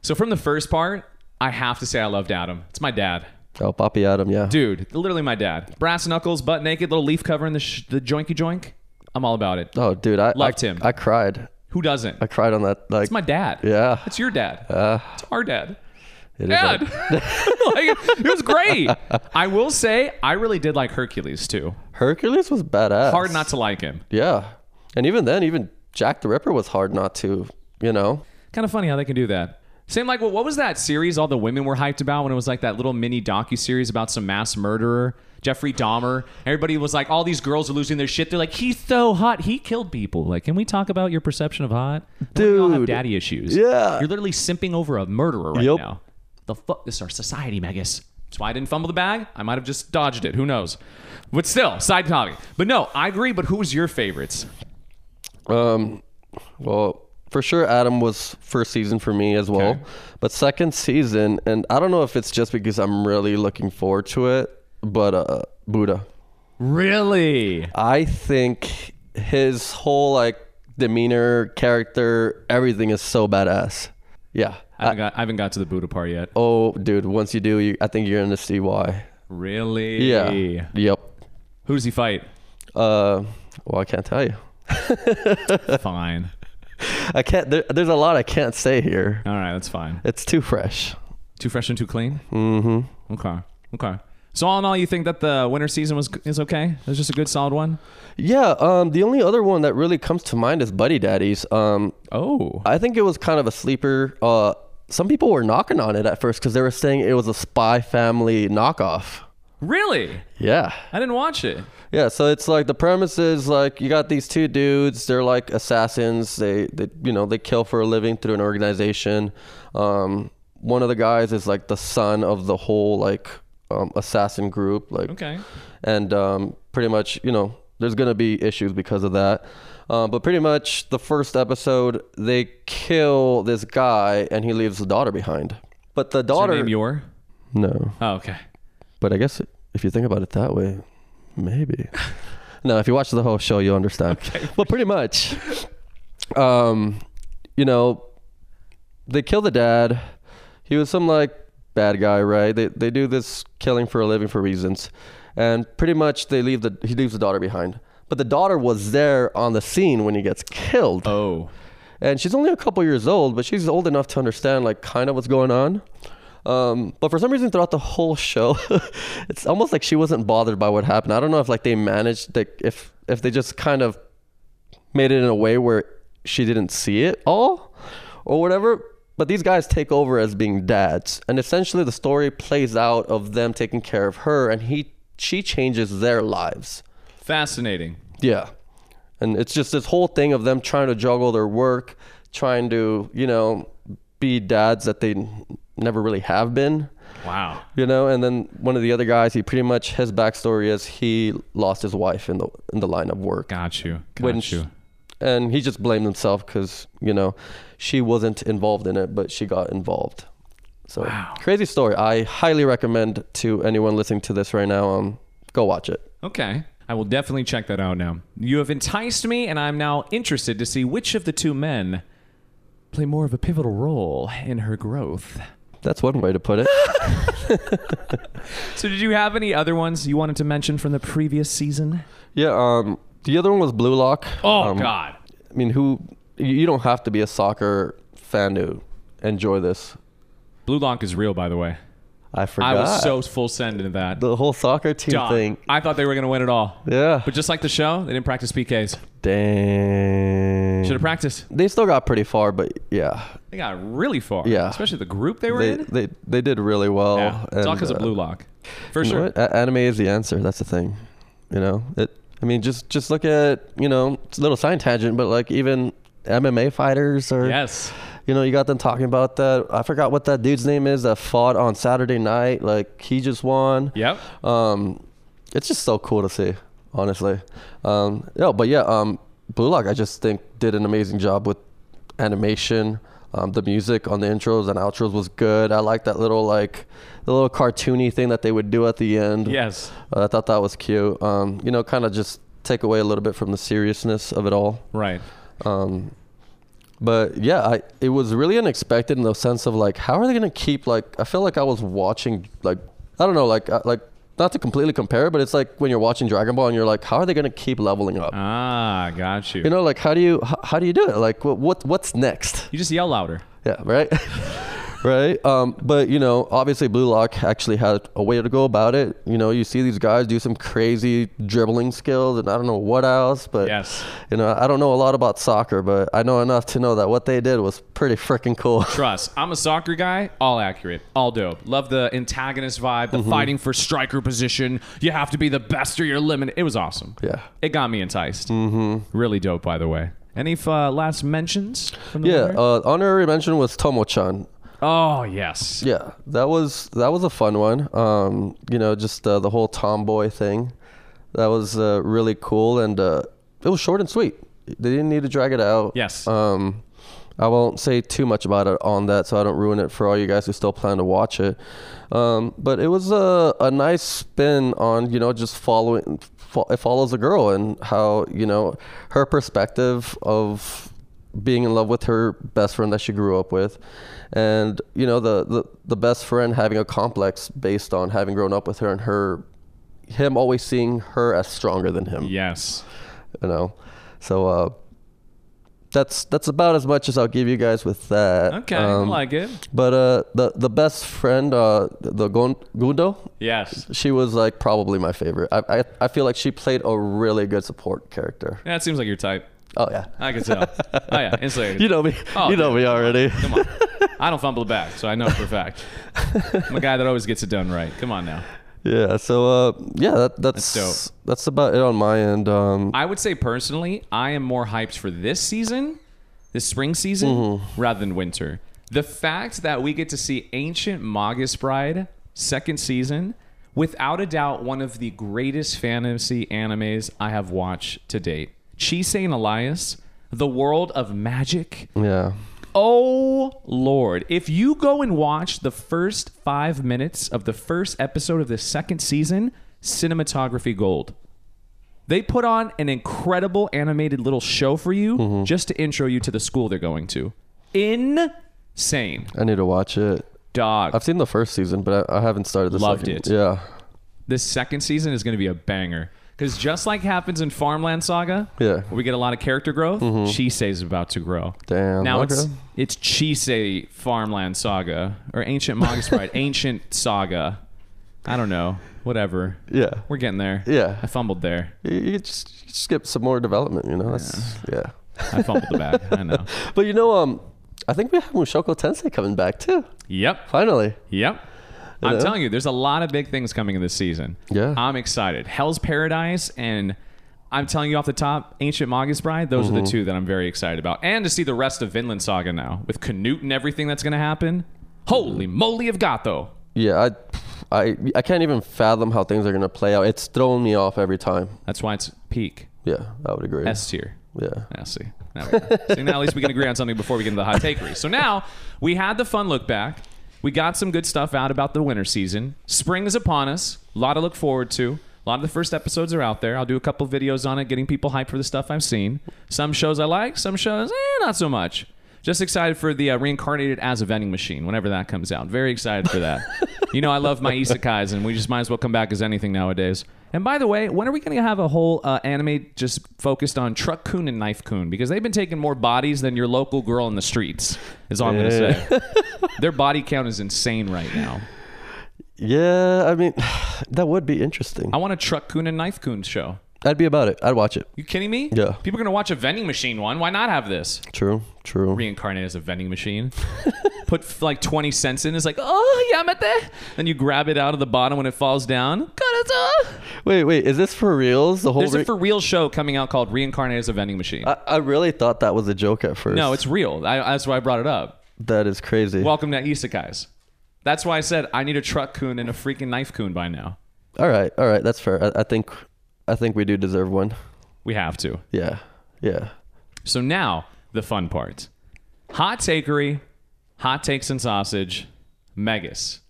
Speaker 4: So from the first part, I have to say I loved Adam. It's my dad.
Speaker 5: Oh, Papi Adam. Yeah.
Speaker 4: Dude, literally my dad. Brass knuckles, butt naked, little leaf cover in the, sh- the joinky joink. I'm all about it.
Speaker 5: Oh, dude. I
Speaker 4: Loved
Speaker 5: I,
Speaker 4: him.
Speaker 5: I cried.
Speaker 4: Who doesn't?
Speaker 5: I cried on that. Like
Speaker 4: It's my dad.
Speaker 5: Yeah.
Speaker 4: It's your dad. it's our dad.
Speaker 5: it is
Speaker 4: Dad.
Speaker 5: like-
Speaker 4: like, it was great. I will say, I really did like Hercules too.
Speaker 5: Hercules was badass.
Speaker 4: Hard not to like him.
Speaker 5: Yeah. And even then, even Jack the Ripper was hard not to. You know.
Speaker 4: Kind of funny how they can do that. Same like well, what was that series all the women were hyped about when it was like that little mini docu series about some mass murderer, Jeffrey Dahmer. Everybody was like, all these girls are losing their shit. They're like, he's so hot, he killed people. Like, can we talk about your perception of hot? Dude, we all have
Speaker 5: Dude.
Speaker 4: daddy issues.
Speaker 5: Yeah.
Speaker 4: you're literally simping over a murderer right
Speaker 5: Yep.
Speaker 4: now. The fuck, this is our society, Megas. That's why I didn't fumble the bag. I might have just dodged it. Who knows? But still, side topic. But no, I agree. But who was your favorites?
Speaker 5: Um, well, for sure, Adam was first season for me as well,
Speaker 4: Okay.
Speaker 5: but second season, and I don't know if it's just because I'm really looking forward to it, but uh, Buddha,
Speaker 4: Really?
Speaker 5: I think his whole like demeanor, character, everything is so badass. Yeah.
Speaker 4: I haven't, got, I haven't got to the Buddha part yet.
Speaker 5: Oh, dude! Once you do, you, I think you're gonna see why.
Speaker 4: Really?
Speaker 5: Yeah. Yep.
Speaker 4: Who does he fight?
Speaker 5: Uh, well, I can't tell you.
Speaker 4: fine.
Speaker 5: I can't. There, there's a lot I can't say here.
Speaker 4: All right, that's fine.
Speaker 5: It's too fresh.
Speaker 4: Too fresh and too clean. Mm-hmm. Okay. Okay. So all in all, you think that the winter season was is okay? It was just a good solid one.
Speaker 5: Yeah, um, the only other one that really comes to mind is Buddy Daddies. Um,
Speaker 4: Oh,
Speaker 5: I think it was kind of a sleeper. Uh, some people were knocking on it at first because they were saying it was a spy family knockoff.
Speaker 4: really?
Speaker 5: Yeah.
Speaker 4: I didn't watch it.
Speaker 5: Yeah, so it's like the premise is like you got these two dudes, they're like assassins. They, they you know, they kill for a living through an organization. Um, one of the guys is like the son of the whole like um, assassin group. Like
Speaker 4: Okay.
Speaker 5: and um, pretty much you know there's gonna be issues because of that um, but pretty much the first episode they kill this guy and he leaves the daughter behind but the
Speaker 4: Your
Speaker 5: daughter
Speaker 4: name your?
Speaker 5: no
Speaker 4: Oh, okay.
Speaker 5: but i guess if you think about it that way maybe no if you watch the whole show you'll understand well pretty much um you know they kill the dad he was some like bad guy right they, they do this killing for a living for reasons and pretty much they leave the he leaves the daughter behind but the daughter was there on the scene when he gets killed
Speaker 4: Oh,
Speaker 5: and she's only a couple years old, but she's old enough to understand like kind of what's going on. Um, but for some reason, throughout the whole show, it's almost like she wasn't bothered by what happened. I don't know if like they managed, like if if they just kind of made it in a way where she didn't see it all or whatever. But these guys take over as being dads, and essentially the story plays out of them taking care of her, and he she changes their lives.
Speaker 4: fascinating.
Speaker 5: Yeah. And it's just this whole thing of them trying to juggle their work, trying to, you know, be dads that they never really have been
Speaker 4: Wow.
Speaker 5: you know and then one of the other guys he pretty much his backstory is he lost his wife in the in the line of work
Speaker 4: Got you. Got
Speaker 5: When sh-
Speaker 4: you.
Speaker 5: and he just blamed himself because you know she wasn't involved in it but she got involved so crazy story i highly recommend to anyone listening to this right now um go watch it
Speaker 4: Okay. I will definitely check that out now. You have enticed me, and I'm now interested to see which of the two men play more of a pivotal role in her growth.
Speaker 5: that's one way to put it
Speaker 4: So, did you have any other ones you wanted to mention from the previous season?
Speaker 5: yeah um the other one was blue lock
Speaker 4: Oh,
Speaker 5: Um,
Speaker 4: God.
Speaker 5: i mean who you- you don't have to be a soccer fan to enjoy this
Speaker 4: Blue Lock is real, by the way.
Speaker 5: i forgot
Speaker 4: I was so full send into that.
Speaker 5: the whole soccer team
Speaker 4: Done.
Speaker 5: thing
Speaker 4: I thought they were going to win it all.
Speaker 5: yeah
Speaker 4: But just like the show, they didn't practice PKs.
Speaker 5: dang
Speaker 4: Should have practiced.
Speaker 5: they still got pretty far but yeah
Speaker 4: They got really far.
Speaker 5: Yeah.
Speaker 4: Especially the group they were
Speaker 5: they,
Speaker 4: in.
Speaker 5: they they did really well.
Speaker 4: yeah. It's all
Speaker 5: and,
Speaker 4: because of
Speaker 5: uh,
Speaker 4: Blue Lock. For
Speaker 5: you know
Speaker 4: sure.
Speaker 5: what? A- anime is the answer. That's the thing. You know it. I mean, just just look at you know it's a little side tangent, but like even MMA fighters or
Speaker 4: Yes.
Speaker 5: you know you got them talking about that. I forgot what that dude's name is that fought on Saturday night. Like he just won.
Speaker 4: Yep.
Speaker 5: Um, it's just so cool to see, honestly. Um, no, but yeah, um, Blue Lock, I just think did an amazing job with animation. Um, the music on the intros and outros was good. I like that little like the little cartoony thing that they would do at the end.
Speaker 4: Yes.
Speaker 5: Uh, I thought that was cute. Um, you know, kind of just take away a little bit from the seriousness of it all.
Speaker 4: Right.
Speaker 5: Um, but yeah, I, it was really unexpected in the sense of like, how are they gonna keep like? I feel like I was watching like I don't know like uh, like not to completely compare, but it's like when you're watching Dragon Ball and you're like, how are they gonna keep leveling up?
Speaker 4: Ah, got you.
Speaker 5: you know, like how do you how, how do you do it? Like what, what what's next?
Speaker 4: You just yell louder.
Speaker 5: Yeah, right. right um but you know obviously blue lock actually had a way to go about it you know you see these guys do some crazy dribbling skills and i don't know what else but
Speaker 4: Yes.
Speaker 5: you know i don't know a lot about soccer but i know enough to know that what they did was pretty freaking cool
Speaker 4: Trust. I'm a soccer guy. All accurate. All dope. Love the antagonist vibe,
Speaker 5: Mm-hmm.
Speaker 4: the fighting for striker position. You have to be the best or you're limited. It was awesome.
Speaker 5: yeah
Speaker 4: It got me enticed. Mm-hmm. Really dope, by the way. Any uh, last mentions? From the
Speaker 5: yeah
Speaker 4: winner?
Speaker 5: uh honorary mention was tomo-chan
Speaker 4: oh, yes.
Speaker 5: yeah that was that was a fun one um you know just uh, the whole tomboy thing that was uh, really cool and uh it was short and sweet they didn't need to drag it out
Speaker 4: Yes.
Speaker 5: Um, I won't say too much about it on that, so I don't ruin it for all you guys who still plan to watch it. Um, but it was a, a nice spin on you know just following. fo- It follows a girl and how you know her perspective of being in love with her best friend that she grew up with, and you know the the, the best friend having a complex based on having grown up with her and her him always seeing her as stronger than him
Speaker 4: Yes.
Speaker 5: you know. So uh, that's that's about as much as I'll give you guys with that.
Speaker 4: Okay.
Speaker 5: Um,
Speaker 4: I like it.
Speaker 5: But uh, the the best friend, uh, the Gon- Gundo,
Speaker 4: Yes.
Speaker 5: she was like probably my favorite. I, I I feel like she played a really good support character.
Speaker 4: That seems like your type.
Speaker 5: Oh yeah,
Speaker 4: I can tell. oh, yeah. Insulated.
Speaker 5: you know me,
Speaker 4: Oh,
Speaker 5: you know
Speaker 4: dude.
Speaker 5: me already.
Speaker 4: Come on. I don't fumble it back, so I know for a fact. I'm a guy that always gets it done right. Come on now.
Speaker 5: Yeah. So uh, yeah, that, that's
Speaker 4: That's dope.
Speaker 5: that's about it on my end. Um,
Speaker 4: I would say personally, I am more hyped for this season, this spring season, rather than winter. The fact that we get to see Ancient Magus Bride, second season, without a doubt, one of the greatest fantasy animes I have watched to date. Chisei and Elias, The World of Magic.
Speaker 5: yeah.
Speaker 4: Oh Lord. If you go and watch the first five minutes of the first episode of the second season, cinematography gold. They put on an incredible animated little show for you just to intro you to the school they're going to. Insane.
Speaker 5: I need to watch it.
Speaker 4: Dog.
Speaker 5: I've seen the first season, but I, I haven't started the
Speaker 4: Loved
Speaker 5: second.
Speaker 4: it.
Speaker 5: Yeah.
Speaker 4: this second season is going to be a banger. Because just like happens in Farmland Saga,
Speaker 5: Yeah. Mm-hmm.
Speaker 4: where we get a lot of character growth, Chisei is about to grow.
Speaker 5: Damn,
Speaker 4: Now
Speaker 5: okay.
Speaker 4: it's it's Chisei Farmland Saga or Ancient Magus Bride, Ancient Saga. I don't know, whatever.
Speaker 5: Yeah.
Speaker 4: We're getting there.
Speaker 5: Yeah.
Speaker 4: I fumbled there.
Speaker 5: you, you just you just skip some more development, you know. That's yeah.
Speaker 4: I fumbled the bag. I know.
Speaker 5: But you know, um, I think we have Mushoko Tensei coming back too.
Speaker 4: Yep.
Speaker 5: Finally.
Speaker 4: Yep. I'm
Speaker 5: Yeah.
Speaker 4: telling you, there's a lot of big things coming in this season.
Speaker 5: Yeah.
Speaker 4: I'm excited. Hell's Paradise and I'm telling you off the top, Ancient Magus Bride, those
Speaker 5: Mm-hmm.
Speaker 4: are the two that I'm very excited about. And to see the rest of Vinland Saga now with Canute and everything that's going to happen. Holy moly of Gato.
Speaker 5: Yeah, I, I, I can't even fathom how things are gonna play out. It's thrown me off every time.
Speaker 4: That's why it's peak.
Speaker 5: Yeah, I would agree.
Speaker 4: S tier.
Speaker 5: yeah.
Speaker 4: Yeah, see. Now we go. see, now at least we can agree on something before we get into the hot takery. So now we had the fun look back. We got some good stuff out about the winter season. Spring is upon us. A lot to look forward to. A lot of the first episodes are out there. I'll do a couple videos on it, getting people hyped for the stuff I've seen. Some shows I like, some shows, eh, not so much. Just excited for the uh, reincarnated as a vending machine whenever that comes out. Very excited for that. you know, I love my isekais, and we just might as well come back as anything nowadays. And by the way, when are we going to have a whole uh, anime just focused on truck coon and knife coon? Because they've been taking more bodies than your local girl in the streets, is all I'm going to say. Their body count is insane right now.
Speaker 5: Yeah, I mean, that would be interesting.
Speaker 4: I want a truck coon and knife coon show.
Speaker 5: I'd be about it. I'd watch it.
Speaker 4: You kidding me?
Speaker 5: Yeah.
Speaker 4: People are going to watch a vending machine one. Why not have this?
Speaker 5: True, true.
Speaker 4: reincarnate as a vending machine. Put f- like 20 cents in. It's like, oh, yamete. Then you grab it out of the bottom when it falls down. Karata.
Speaker 5: Wait, wait, is this for reals? The whole
Speaker 4: There's a
Speaker 5: re- Uh,
Speaker 4: for real show coming out called Reincarnate as a Vending Machine.
Speaker 5: I, I really thought that was a joke at first.
Speaker 4: no, it's real. I, that's why I brought it up.
Speaker 5: that is crazy.
Speaker 4: Welcome to Isekais. That's why I said I need a truck coon and a freaking knife coon by now.
Speaker 5: all right, all right, that's fair. I, I think, I think we do deserve one.
Speaker 4: We have to.
Speaker 5: Yeah, yeah.
Speaker 4: So now the fun part. Hot takery, hot takes and sausage, Megas.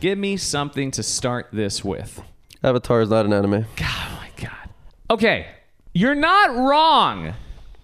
Speaker 4: Give me something to start this with.
Speaker 5: Avatar is not an anime.
Speaker 4: Oh my god. Okay, you're not wrong.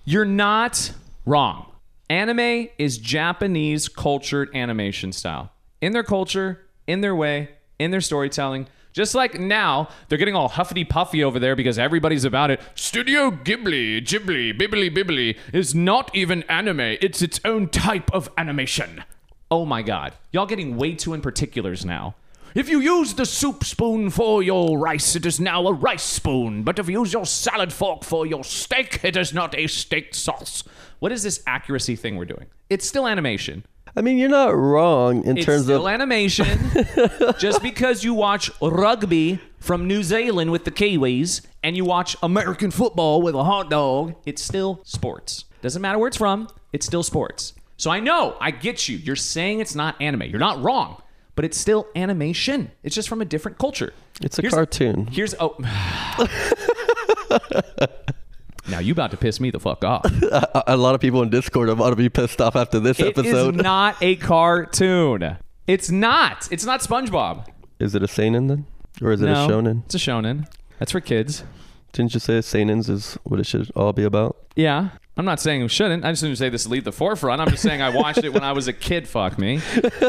Speaker 4: You're not wrong. Anime is Japanese cultured animation style. In their culture, in their way, in their storytelling. Just like now, they're getting all huffity puffy over there because everybody's about it. Studio Ghibli, Ghibli, Bibbly Bibbly is not even anime, it's its own type of animation. Oh my god. Y'all getting way too in particulars now. If you use the soup spoon for your rice, it is now a rice spoon. But if you use your salad fork for your steak, it is not a steak sauce. What is this accuracy thing we're doing? It's still animation.
Speaker 5: I mean, you're not wrong in
Speaker 4: It's
Speaker 5: terms of
Speaker 4: still animation. Just because you watch rugby from New Zealand with the Kiwis and you watch American football with a hot dog, it's still sports. Doesn't matter where it's from, it's still sports. So I know, I get you. You're saying it's not anime. You're not wrong, but it's still animation. It's just from a different culture.
Speaker 5: it's a
Speaker 4: Here's-
Speaker 5: cartoon.
Speaker 4: Here's oh. now you about to piss me the fuck off.
Speaker 5: A, a lot of people in Discord are about to be pissed off after this
Speaker 4: It is
Speaker 5: episode.
Speaker 4: not a cartoon. It's not. It's not SpongeBob.
Speaker 5: is it a seinen then, or is it a shonen?
Speaker 4: It's a shonen. That's for kids.
Speaker 5: Didn't you say seinens is what it should all be about?
Speaker 4: Yeah. I'm not saying we shouldn't. I just didn't say this lead the forefront. I'm just saying I watched it when I was a kid. Fuck me,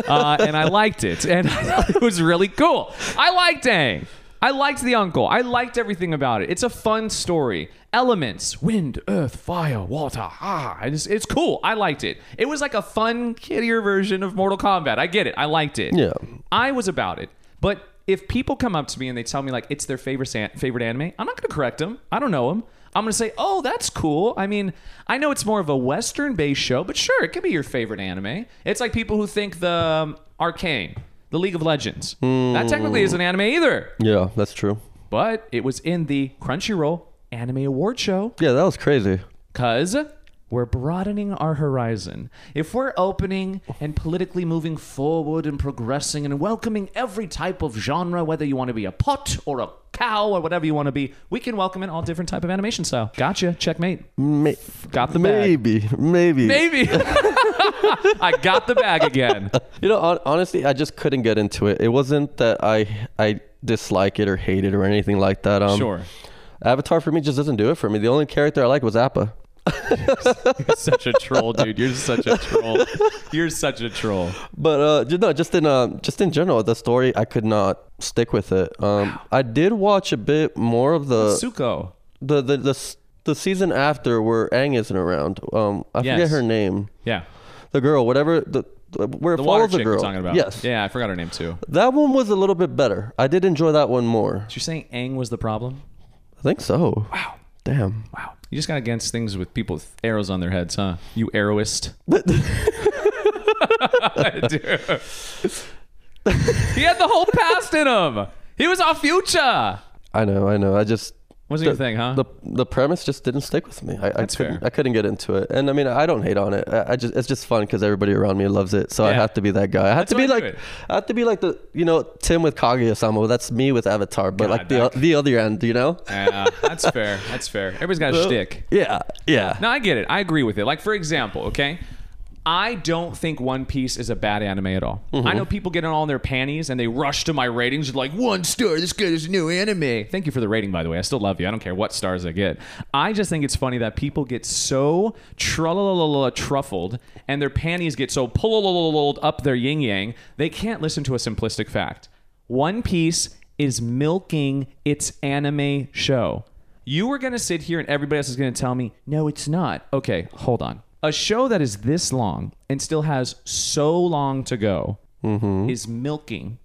Speaker 4: uh, and I liked it, and it was really cool. I liked Aang. I liked the uncle. I liked everything about it. It's a fun story. Elements: wind, earth, fire, water. Ah, I just, it's cool. I liked it. It was like a fun, kiddier version of Mortal Kombat. I get it. I liked it.
Speaker 5: Yeah.
Speaker 4: I was about it. But if people come up to me and they tell me like it's their favorite san- favorite anime, I'm not going to correct them. I don't know them. I'm going to say, "Oh, that's cool." I mean, I know it's more of a western-based show, but sure, it could be your favorite anime. It's like people who think the um, Arcane, the League of Legends. That technically isn't anime either,
Speaker 5: Yeah, that's true.
Speaker 4: but it was in the Crunchyroll Anime Award show.
Speaker 5: Yeah, that was crazy.
Speaker 4: Because we're broadening our horizon. If we're opening and politically moving forward and progressing and welcoming every type of genre, whether you want to be a pot or a cow or whatever you want to be, we can welcome in all different type of animation style. Gotcha. Checkmate.
Speaker 5: May-
Speaker 4: Got the bag.
Speaker 5: Mm, maybe, maybe,
Speaker 4: Maybe. I got the bag again.
Speaker 5: You know, hon- honestly, I just couldn't get into it. It wasn't that I I dislike it or hate it or anything like that. Um,
Speaker 4: Sure.
Speaker 5: Avatar for me just doesn't do it for me. The only character I like was Appa.
Speaker 4: such a troll, dude. You're such a troll. You're such a troll.
Speaker 5: But uh, ju- no, just in um, just in general, the story I could not stick with it. Um, I did watch a bit more of the
Speaker 4: Suko.
Speaker 5: the the the, s- the season after where Aang isn't around. Um, I
Speaker 4: Yes.
Speaker 5: forget her name.
Speaker 4: Yeah.
Speaker 5: The girl, whatever the. the- Where it
Speaker 4: The water
Speaker 5: follows
Speaker 4: chick
Speaker 5: the girl.
Speaker 4: we're talking about.
Speaker 5: Yes,
Speaker 4: Yeah, I forgot her name too.
Speaker 5: that one was a little bit better. I did enjoy that one more.
Speaker 4: You're saying Aang was the problem?
Speaker 5: I think so. Wow. Damn.
Speaker 4: Wow. You just got against things with people with arrows on their heads, huh? You arrowist. Dude. he had the whole past in him. He was our future.
Speaker 5: I know, I know. I just
Speaker 4: Wasn't your thing, huh?
Speaker 5: The the premise just didn't stick with me. I, I
Speaker 4: That's
Speaker 5: couldn't
Speaker 4: fair.
Speaker 5: I couldn't get into it, and I mean I don't hate on it. I, I just it's just fun because everybody around me loves it, so I
Speaker 4: Yeah.
Speaker 5: have to be that guy. I have
Speaker 4: That's
Speaker 5: to
Speaker 4: why
Speaker 5: be
Speaker 4: I
Speaker 5: like
Speaker 4: do it.
Speaker 5: I have to be like the you know Tim with Kaguya-sama. That's me with Avatar, but
Speaker 4: God,
Speaker 5: like the
Speaker 4: that-
Speaker 5: the other end, you know?
Speaker 4: yeah, that's fair. That's fair. Everybody's got a shtick.
Speaker 5: Yeah, yeah.
Speaker 4: No, I get it. I agree with it. Like, for example, okay, I don't think One Piece is a bad anime at all. I know people get in all in their panties and they rush to my ratings and like, one star, this good is a new anime. Thank you for the rating, by the way. I still love you. I don't care what stars I get. I just think it's funny that people get so trulalala truffled and their panties get so pulled up their yin yang, they can't listen to a simplistic fact. One Piece is milking its anime show. You were going to sit here and everybody else is going to tell me, no, it's not. Okay, hold on. A show that is this long and still has so long to go is milking.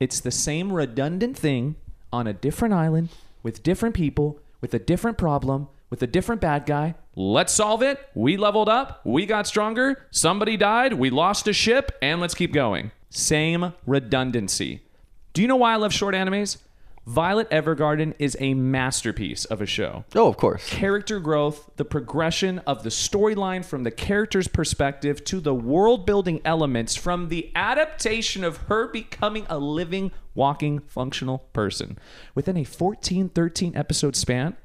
Speaker 4: It's the same redundant thing on a different island with different people, with a different problem, with a different bad guy. Let's solve it. We leveled up. We got stronger. Somebody died. We lost a ship. And let's keep going. Same redundancy. Do you know why I love short animes? Violet Evergarden is a masterpiece of a show
Speaker 5: Oh, of course.
Speaker 4: character growth, the progression of the storyline from the character's perspective to the world building elements from the adaptation of her becoming a living, walking, functional person. Within a 14, 13 episode span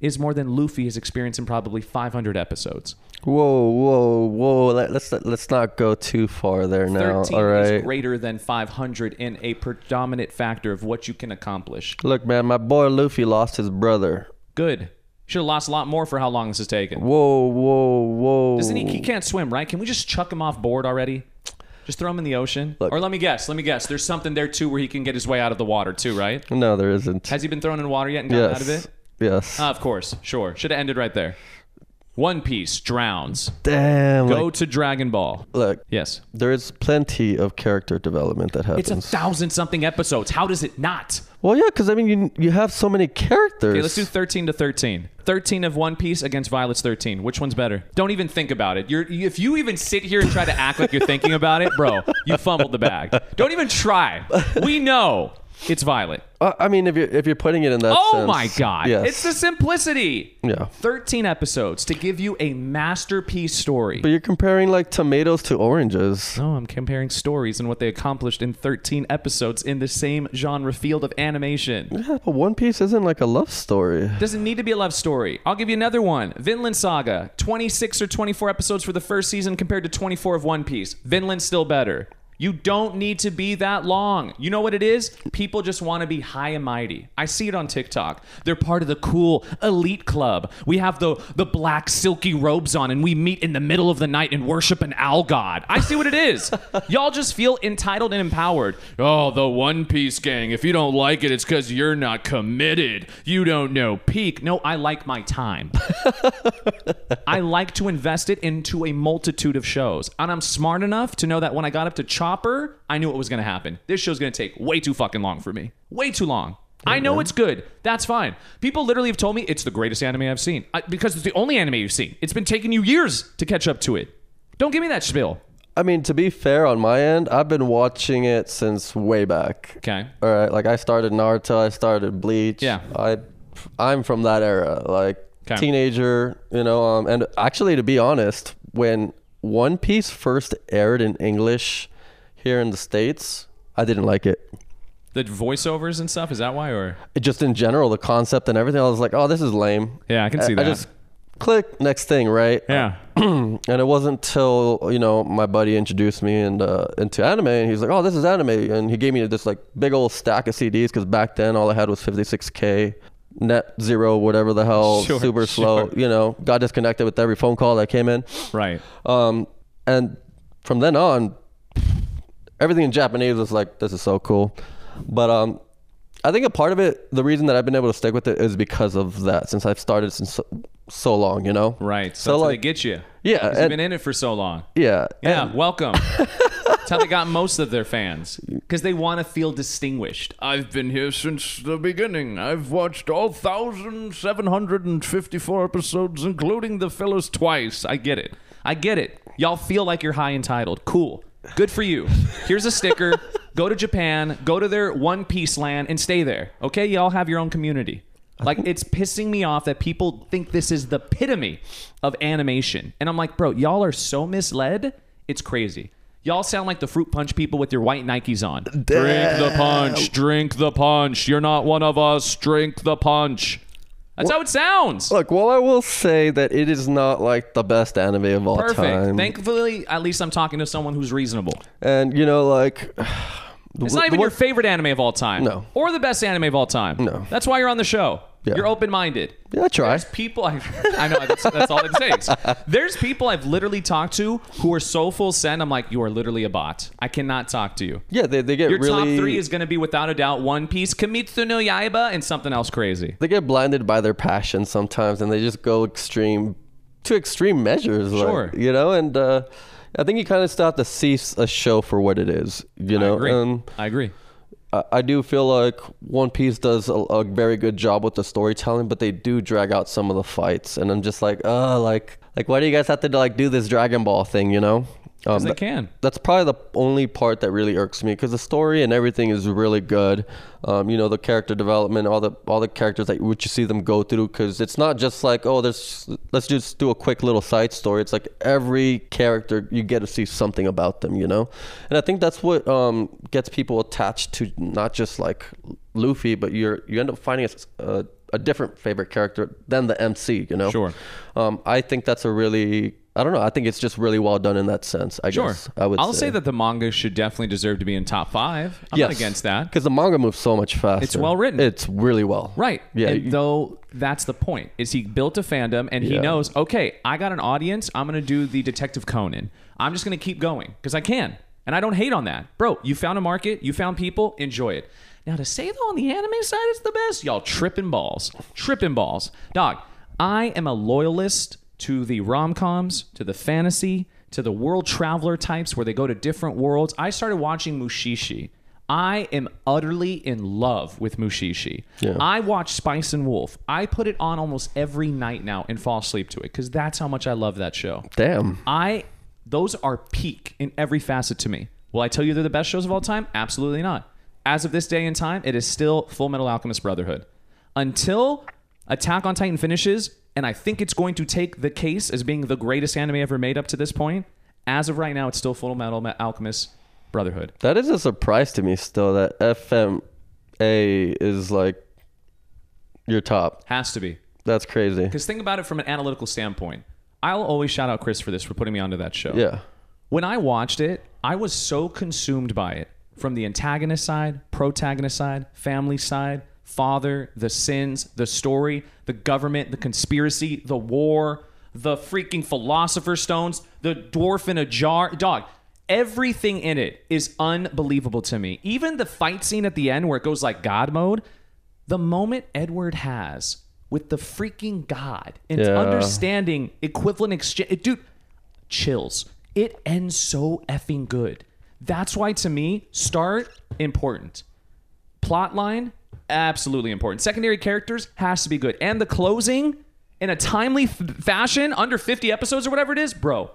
Speaker 4: is more than Luffy has experienced in probably 500 episodes.
Speaker 5: Whoa, whoa, whoa. Let, let's let's not go too far there now.
Speaker 4: 13
Speaker 5: All
Speaker 4: is
Speaker 5: right.
Speaker 4: greater than 500 in a predominant factor of what you can accomplish.
Speaker 5: Look, man, my boy Luffy lost his brother.
Speaker 4: Good. Should have lost a lot more for how long this has taken.
Speaker 5: Whoa, whoa, whoa.
Speaker 4: Doesn't he, he can't swim, right? Can we just chuck him off board already? Just throw him in the ocean?
Speaker 5: Look.
Speaker 4: Or let me guess, let me guess. There's something there too where he can get his way out of the water too, right?
Speaker 5: No, there isn't.
Speaker 4: Has he been thrown in water yet and gotten
Speaker 5: yes.
Speaker 4: out of it?
Speaker 5: Yes.
Speaker 4: Ah, of course, sure. Should have ended right there. One Piece drowns.
Speaker 5: Damn.
Speaker 4: Go
Speaker 5: like,
Speaker 4: to Dragon Ball.
Speaker 5: look,
Speaker 4: Yes.
Speaker 5: there is plenty of character development that happens.
Speaker 4: It's a thousand something episodes. How does it not?
Speaker 5: well, yeah, because I mean, you you have so many characters.
Speaker 4: Okay, let's do 13 to 13. 13 of One Piece against Violet's 13. Which one's better? Don't even think about it. You're if you even sit here and try to act like you're thinking about it, bro, you fumbled the bag. Don't even try. We know it's Violet.
Speaker 5: Uh, I mean, if you're if you're putting it in that.
Speaker 4: Oh
Speaker 5: sense,
Speaker 4: my god.
Speaker 5: Yes.
Speaker 4: It's the simplicity.
Speaker 5: Yeah.
Speaker 4: 13 episodes to give you a masterpiece story.
Speaker 5: But you're comparing like tomatoes to oranges.
Speaker 4: No, I'm comparing stories and what they accomplished in 13 episodes in the same genre field of animation.
Speaker 5: Yeah, but One Piece isn't like a love story.
Speaker 4: Doesn't need to be a love story. I'll give you another one. Vinland Saga, 26 or 24 episodes for the first season compared to 24 of One Piece. Vinland's still better. You don't need to be that long. You know what it is? People just want to be high and mighty. I see it on TikTok. They're part of the cool elite club. We have the the black silky robes on and we meet in the middle of the night and worship an owl god. I see what it is. Y'all just feel entitled and empowered. Oh, the One Piece gang. If you don't like it, it's because you're not committed. You don't know peak. No, I like my time. I like to invest it into a multitude of shows. And I'm smart enough to know that when I got up to Chopper, I knew what was going to happen. This show's going to take way too fucking long for me. Way too long. I know it's good. That's fine. People literally have told me it's the greatest anime I've seen I, because it's the only anime you've seen. It's been taking you years to catch up to it. Don't give me that spiel.
Speaker 5: I mean, to be fair on my end, I've been watching it since way back.
Speaker 4: Okay.
Speaker 5: All right, like I started Naruto, I started Bleach.
Speaker 4: Yeah.
Speaker 5: I, I'm from that era, like
Speaker 4: 'Kay.
Speaker 5: teenager, you know. Um, and actually, to be honest, when One Piece first aired in English here in the states, I didn't like it.
Speaker 4: The voiceovers and stuff, is that why? Or
Speaker 5: It just in general, the concept and everything, I was like, oh, this is lame.
Speaker 4: Yeah, I can
Speaker 5: I-
Speaker 4: see that.
Speaker 5: I just click next thing, right?
Speaker 4: yeah.
Speaker 5: and it wasn't till you know my buddy introduced me and uh, into anime and he's like oh this is anime and he gave me this like big old stack of cds because back then all i had was 56k net zero whatever the hell
Speaker 4: Sure,
Speaker 5: super slow
Speaker 4: sure.
Speaker 5: you know got disconnected with every phone call that came in
Speaker 4: right.
Speaker 5: um, and from then on everything in japanese was like this is so cool but um, i think a part of it the reason that i've been able to stick with it is because of that since i've started since so, so long you know
Speaker 4: Right. So,
Speaker 5: So,
Speaker 4: that's how they
Speaker 5: like-
Speaker 4: get you.
Speaker 5: Yeah,
Speaker 4: 'Cause you've
Speaker 5: and-
Speaker 4: been in it for so long.
Speaker 5: yeah
Speaker 4: Yeah, welcome. That's how they got most of their fans because they want to feel distinguished.
Speaker 1: I've been here since the beginning. I've watched all 1,754 episodes, including the fellas twice.
Speaker 4: I get it. I get it. Y'all feel like you're high entitled. Cool. Good for you. Here's a sticker. go to Japan. Go to their One Piece land and stay there. Okay, y'all have your own community. Like it's pissing me off that people think this is the epitome of animation. And I'm like, bro, y'all are so misled. It's crazy. Y'all sound like the fruit punch people with your white Nikes on. Drink the punch, drink the punch. You're not one of us. Drink the punch. That's how it sounds.
Speaker 5: Look, well, I will say that it is not like the best anime of all
Speaker 4: Perfect.
Speaker 5: time.
Speaker 4: Thankfully, at least I'm talking to someone who's reasonable.
Speaker 5: and you know, like
Speaker 4: It's not even your favorite anime of all time.
Speaker 5: No.
Speaker 4: Or the best anime of all time.
Speaker 5: No.
Speaker 4: That's why you're on the show.
Speaker 5: Yeah.
Speaker 4: You're open minded.
Speaker 5: Yeah, I try.
Speaker 4: There's people I, I know that's, that's all it takes. There's people I've literally talked to who are so full send. I'm like, you are literally a bot. I cannot talk to you.
Speaker 5: yeah, they, they get
Speaker 4: Your
Speaker 5: really
Speaker 4: top three is going to be without a doubt One Piece, Kimitsu no Yaiba, and something else crazy.
Speaker 5: they get blinded by their passion sometimes, and they just go extreme to extreme measures. like,
Speaker 4: Sure.
Speaker 5: you know, and uh, I think you kind of still have to see s- a show for what it is. You
Speaker 4: I
Speaker 5: know, um,
Speaker 4: agree.
Speaker 5: and
Speaker 4: I agree.
Speaker 5: I, I do feel like One Piece does a, a very good job with the storytelling, but they do drag out some of the fights, and I'm just like, uh, like, like, why do you guys have to like do this Dragon Ball thing? You know, um,
Speaker 4: They
Speaker 5: tha-
Speaker 4: can.
Speaker 5: that's probably the only part that really irks me because the story and everything is really good. Um, you know, the character development, all the all the characters that which you see them go through because it's not just like oh, there's let's just do a quick little side story. It's like every character you get to see something about them, you know. And I think that's what um, gets people attached to not just like Luffy, but you're you end up finding a, a, a different favorite character than the MC, you know.
Speaker 4: Sure.
Speaker 5: Um, I think that's a really I don't know. I think it's just really well done in that sense. I
Speaker 4: Sure.
Speaker 5: guess I would.
Speaker 4: will say. that the manga should definitely deserve to be in top five. I'm not against that.
Speaker 5: because the manga moves so much faster. It's
Speaker 4: well written.
Speaker 5: It's really well.
Speaker 4: Right.
Speaker 5: Yeah.
Speaker 4: And
Speaker 5: you-
Speaker 4: though that's the point is he built a fandom and he
Speaker 5: Yeah.
Speaker 4: knows, okay, I got an audience. I'm going to do the Detective Conan. I'm just going to keep going because I can. And I don't hate on that. Bro, you found a market. You found people. Enjoy it. Now to say though on the anime side it's the best, y'all tripping balls. Tripping balls. Dog, I am a loyalist to the rom-coms, to the fantasy, to the world traveler types where they go to different worlds. I started watching Mushishi. I am utterly in love with Mushishi.
Speaker 5: Yeah.
Speaker 4: I watch Spice and Wolf. I put it on almost every night now and fall asleep to it because that's how much I love that show.
Speaker 5: damn.
Speaker 4: I those are peak in every facet to me. Will I tell you they're the best shows of all time? Absolutely not. As of this day and time, it is still Full Metal Alchemist Brotherhood. Until Attack on Titan finishes, and I think it's going to take the case as being the greatest anime ever made up to this point. As of right now, it's still Full Metal Alchemist Brotherhood.
Speaker 5: That is a surprise to me still that FMA is like your top.
Speaker 4: Has to be.
Speaker 5: That's crazy.
Speaker 4: Because think about it from an analytical standpoint. I'll always shout out Chris for this for putting me onto that show.
Speaker 5: Yeah.
Speaker 4: when I watched it, I was so consumed by it from the antagonist side, protagonist side, family side, father, the sins, the story, the government, the conspiracy, the war, the freaking philosopher stones, the dwarf in a jar. Dog, everything in it is unbelievable to me. Even the fight scene at the end where it goes like God mode, the moment Edward has with the freaking God and
Speaker 5: Yeah.
Speaker 4: understanding equivalent exchange. Dude, chills. It ends so effing good. That's why to me, start important. Plot line, absolutely important. Secondary characters has to be good. And the closing in a timely f- fashion, under 50 episodes or whatever it is, bro.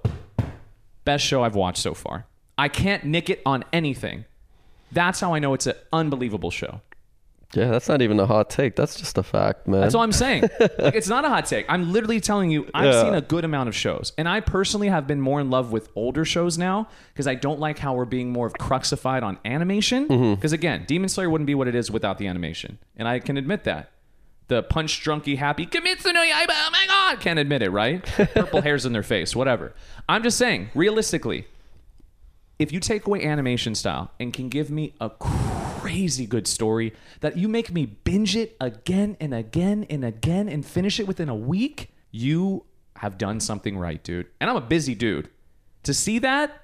Speaker 4: Best show I've watched so far. I can't nick it on anything. That's how I know it's an unbelievable show.
Speaker 5: Yeah, that's not even a hot take. That's just a fact, man.
Speaker 4: That's all I'm saying. like, it's not a hot take. I'm literally telling you, I've
Speaker 5: Yeah.
Speaker 4: seen a good amount of shows, and I personally have been more in love with older shows now because I don't like how we're being more of cruxified on animation.
Speaker 5: Mm-hmm.
Speaker 4: Because again, Demon Slayer wouldn't be what it is without the animation, and I can admit that. The punch drunky happy Kimitsu no Yaiba, oh my god, can't admit it, right? Purple hairs in their face, whatever. I'm just saying, realistically, if you take away animation style and can give me a crazy good story that you make me binge it again and again and again and finish it within a week, you have done something right, dude. And I'm a busy dude. To see that,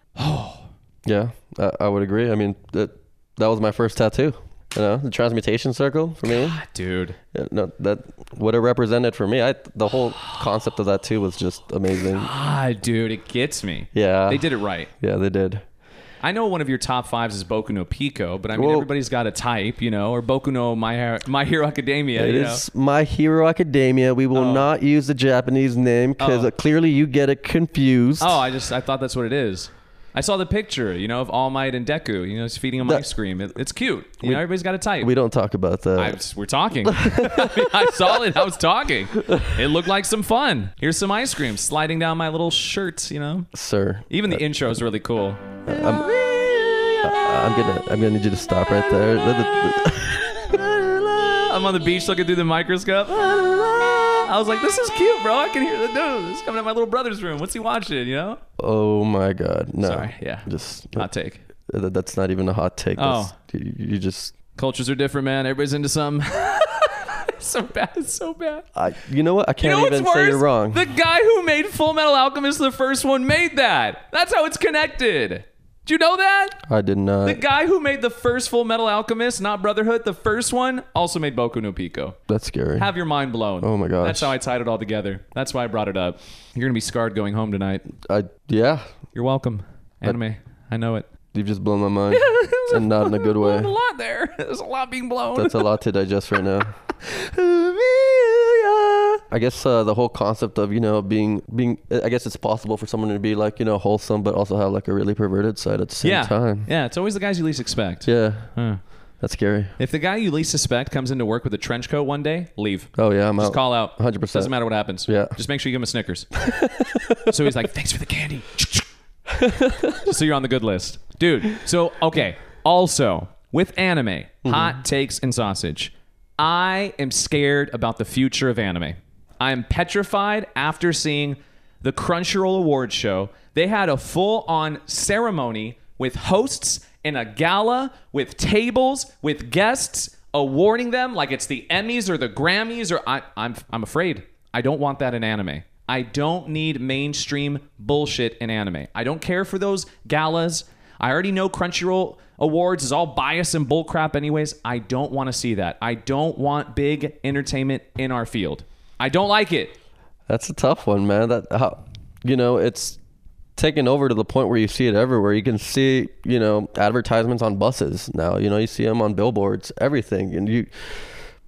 Speaker 5: yeah, I, I would agree. I mean, that that was my first tattoo. You know, the transmutation circle for me.
Speaker 4: ah, dude,
Speaker 5: Yeah, no, that what it represented for me. I the whole concept of that too was just amazing.
Speaker 4: ah, dude, it gets me.
Speaker 5: Yeah.
Speaker 4: They did it right.
Speaker 5: Yeah, they did.
Speaker 4: I know one of your top fives is Boku no Pico, but I mean,
Speaker 5: Well-
Speaker 4: everybody's got a type, you know, or Boku no My, Hero- My Hero Academia.
Speaker 5: It
Speaker 4: you
Speaker 5: is
Speaker 4: know?
Speaker 5: My Hero Academia. We will not use the Japanese name because
Speaker 4: Oh.
Speaker 5: clearly you get it confused.
Speaker 4: Oh, I just, I thought that's what it is. I saw the picture, you know, of All Might and Deku. You know, he's feeding him
Speaker 5: That-
Speaker 4: ice cream. It, it's cute. You know, everybody's got a type.
Speaker 5: We don't talk about that.
Speaker 4: I was- we're talking. I, mean, I saw it. I was talking. It looked like some fun. Here's some ice cream sliding down my little shirt. You know,
Speaker 5: Sir,
Speaker 4: even the intro is really cool.
Speaker 5: I'm gonna I'm gonna need you to stop right there. Let the-
Speaker 4: I'm on the beach looking through the microscope. I was like, this is cute, bro. I can hear the dude. This is coming out my little brother's room. What's he watching? You know?
Speaker 5: oh my God, no.
Speaker 4: Sorry. Yeah. Oh.
Speaker 5: Just
Speaker 4: Hot take.
Speaker 5: Th- That's not even a hot take. That's- you, you just
Speaker 4: Cultures are different, man. Everybody's into something. so bad. It's so bad.
Speaker 5: I. You know what? I
Speaker 4: You
Speaker 5: can't
Speaker 4: know what's
Speaker 5: even
Speaker 4: worse?
Speaker 5: say you're wrong.
Speaker 4: The guy who made Full Metal Alchemist, the first one, made that. That's how it's connected. Do you know that?
Speaker 5: I did not.
Speaker 4: The guy who made the first Full Metal Alchemist, not Brotherhood, the first one, also made Boku no Pico.
Speaker 5: That's scary.
Speaker 4: Have your mind blown.
Speaker 5: Oh my gosh.
Speaker 4: That's how I tied it all together. That's why I brought it up. You're gonna be scarred going home tonight.
Speaker 5: I yeah.
Speaker 4: You're welcome. Anime. I know it.
Speaker 5: You've just blown my mind, and not in a good
Speaker 4: There's a
Speaker 5: way.
Speaker 4: lot there. There's a lot being blown.
Speaker 5: That's a lot to digest right now. I guess uh, the whole concept of you know being being I guess it's possible for someone to be like you know wholesome but also have like a really perverted side at the same
Speaker 4: yeah.
Speaker 5: time.
Speaker 4: Yeah, it's always the guys you least expect.
Speaker 5: Yeah,
Speaker 4: Huh.
Speaker 5: that's scary.
Speaker 4: If the guy you least suspect comes into work with a trench coat one day, leave.
Speaker 5: Oh yeah, I'm
Speaker 4: Just
Speaker 5: out.
Speaker 4: call out.
Speaker 5: 100%.
Speaker 4: Doesn't matter what happens.
Speaker 5: Yeah.
Speaker 4: Just make sure you give him a Snickers. so he's like, thanks for the candy. so you're on the good list. Dude, so, okay. Also, with anime, hot takes and sausage, I am scared about the future of anime. I am petrified after seeing the Crunchyroll Awards show. They had a full on ceremony with hosts and a gala with tables, with guests awarding them like it's the Emmys or the Grammys or I, I'm I'm afraid. I don't want that in anime. I don't need mainstream bullshit in anime. I don't care for those galas. I already know Crunchyroll Awards is all bias and bullcrap anyways. I don't want to see that. I don't want big entertainment in our field. I don't like it.
Speaker 5: That's a tough one, man. That how, you know, it's taken over to the point where you see it everywhere. You can see, you know, advertisements on buses now. You know, you see them on billboards, everything. And you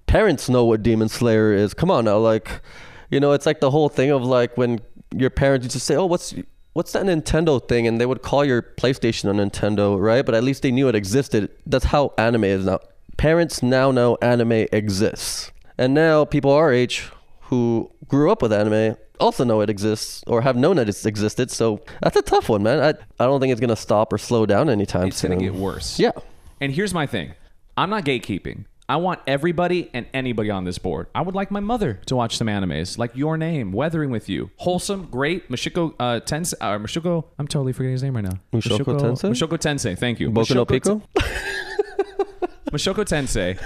Speaker 5: parents know what Demon Slayer is. Come on now, like, you know, it's like the whole thing of like when your parents used to say, "Oh, what's what's that Nintendo thing?" and they would call your PlayStation a Nintendo, right? But at least they knew it existed. That's how anime is now. Parents now know anime exists. And now people our age who grew up with anime also know it exists or have known that it's existed. So that's a tough one, man. I, I don't think it's going to stop or slow down anytime
Speaker 4: It's
Speaker 5: soon.
Speaker 4: going to get worse.
Speaker 5: Yeah.
Speaker 4: And here's my thing I'm not gatekeeping. I want everybody and anybody on this board. I would like my mother to watch some animes, like Your Name, Weathering with You, Wholesome, Great, Mashiko uh, Tensei, uh, Mashiko, I'm totally forgetting his name right now.
Speaker 5: Mushoko Tensei?
Speaker 4: Mashiko Tensei, thank you.
Speaker 5: Boku no
Speaker 4: Mashoko
Speaker 5: Pico?
Speaker 4: Mashoko Tensei.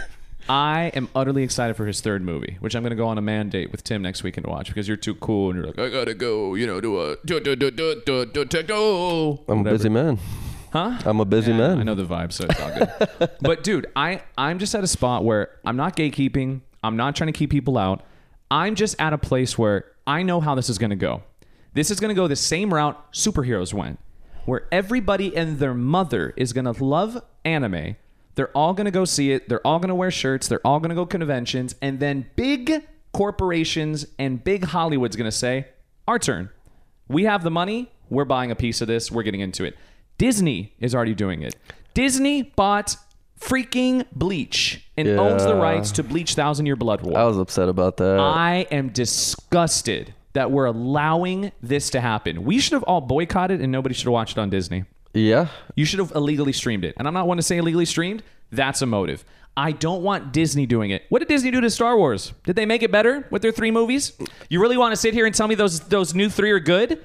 Speaker 4: I am utterly excited for his third movie, which I'm going to go on a man date with Tim next weekend to watch because you're too cool and you're like,
Speaker 1: I gotta go, you know, do a do do do do do do techno.
Speaker 5: I'm a busy man.
Speaker 4: huh?
Speaker 5: I'm a busy
Speaker 4: Yeah,
Speaker 5: man.
Speaker 4: I know the vibe, so it's all good. but dude, I I'm just at a spot where I'm not gatekeeping. I'm not trying to keep people out. I'm just at a place where I know how this is going to go. This is going to go the same route superheroes went, where everybody and their mother is going to love anime. They're all going to go see it. They're all going to wear shirts. They're all going to go conventions, and then big corporations and big Hollywood's going to say, "Our turn. We have the money. We're buying a piece of this. We're getting into it. Disney is already doing it. Disney bought freaking Bleach and owns the
Speaker 5: Yeah.
Speaker 4: rights to Bleach Thousand Year Blood War.
Speaker 5: I was upset about that.
Speaker 4: I am disgusted that we're allowing this to happen. We should have all boycotted and nobody should have watched it on Disney.
Speaker 5: yeah.
Speaker 4: You should have illegally streamed it. And I'm not one to say illegally streamed. That's a motive. I don't want Disney doing it. What did Disney do to Star Wars? Did they make it better with their three movies? You really want to sit here and tell me those those new three are good?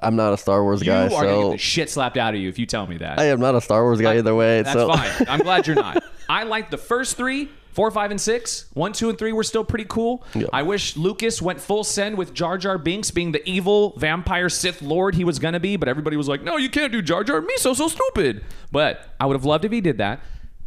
Speaker 5: I'm not a Star Wars
Speaker 4: You
Speaker 5: guy,
Speaker 4: are gonna get
Speaker 5: so
Speaker 4: the shit slapped out of you if you tell me that.
Speaker 5: I am not a Star Wars guy either way.
Speaker 4: That's
Speaker 5: so
Speaker 4: fine. I'm glad you're not. I liked the first three, four, five, and six. One, two, and three were still pretty cool.
Speaker 5: Yeah.
Speaker 4: I wish Lucas went full send with Jar Jar Binks being the evil vampire Sith Lord he was gonna be, but everybody was like, "No, you can't do Jar Jar. Me so so stupid." But I would have loved if he did that.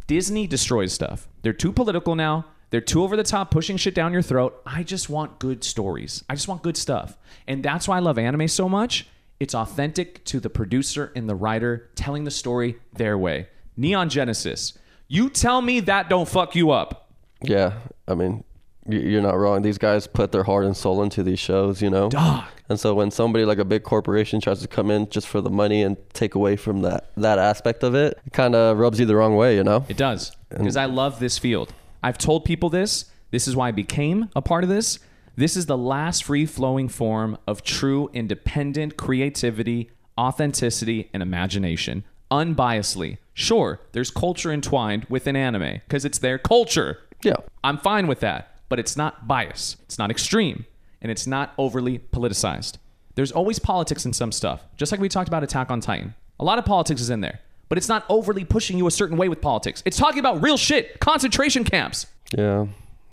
Speaker 4: Disney destroys stuff. They're too political now. They're too over the top, pushing shit down your throat. I just want good stories. I just want good stuff, and that's why I love anime so much. It's authentic to the producer and the writer telling the story their way. Neon Genesis. You tell me that don't fuck you up.
Speaker 5: Yeah. I mean, y- you're not wrong. These guys put their heart and soul into these shows, you know.
Speaker 4: Dog.
Speaker 5: And so when somebody like a big corporation tries to come in just for the money and take away from that that aspect of it, it kind of rubs you the wrong way, you know.
Speaker 4: It does. Because I love this field. I've told people this. This is why I became a part of this. This is the last free flowing form of true independent creativity, authenticity, and imagination. Unbiasedly. Sure, there's culture entwined within anime because it's their culture.
Speaker 5: Yeah.
Speaker 4: I'm fine with that, but it's not bias. It's not extreme, and it's not overly politicized. There's always politics in some stuff, just like we talked about Attack on Titan. A lot of politics is in there, but it's not overly pushing you a certain way with politics. It's talking about real shit, concentration camps,
Speaker 5: Yeah.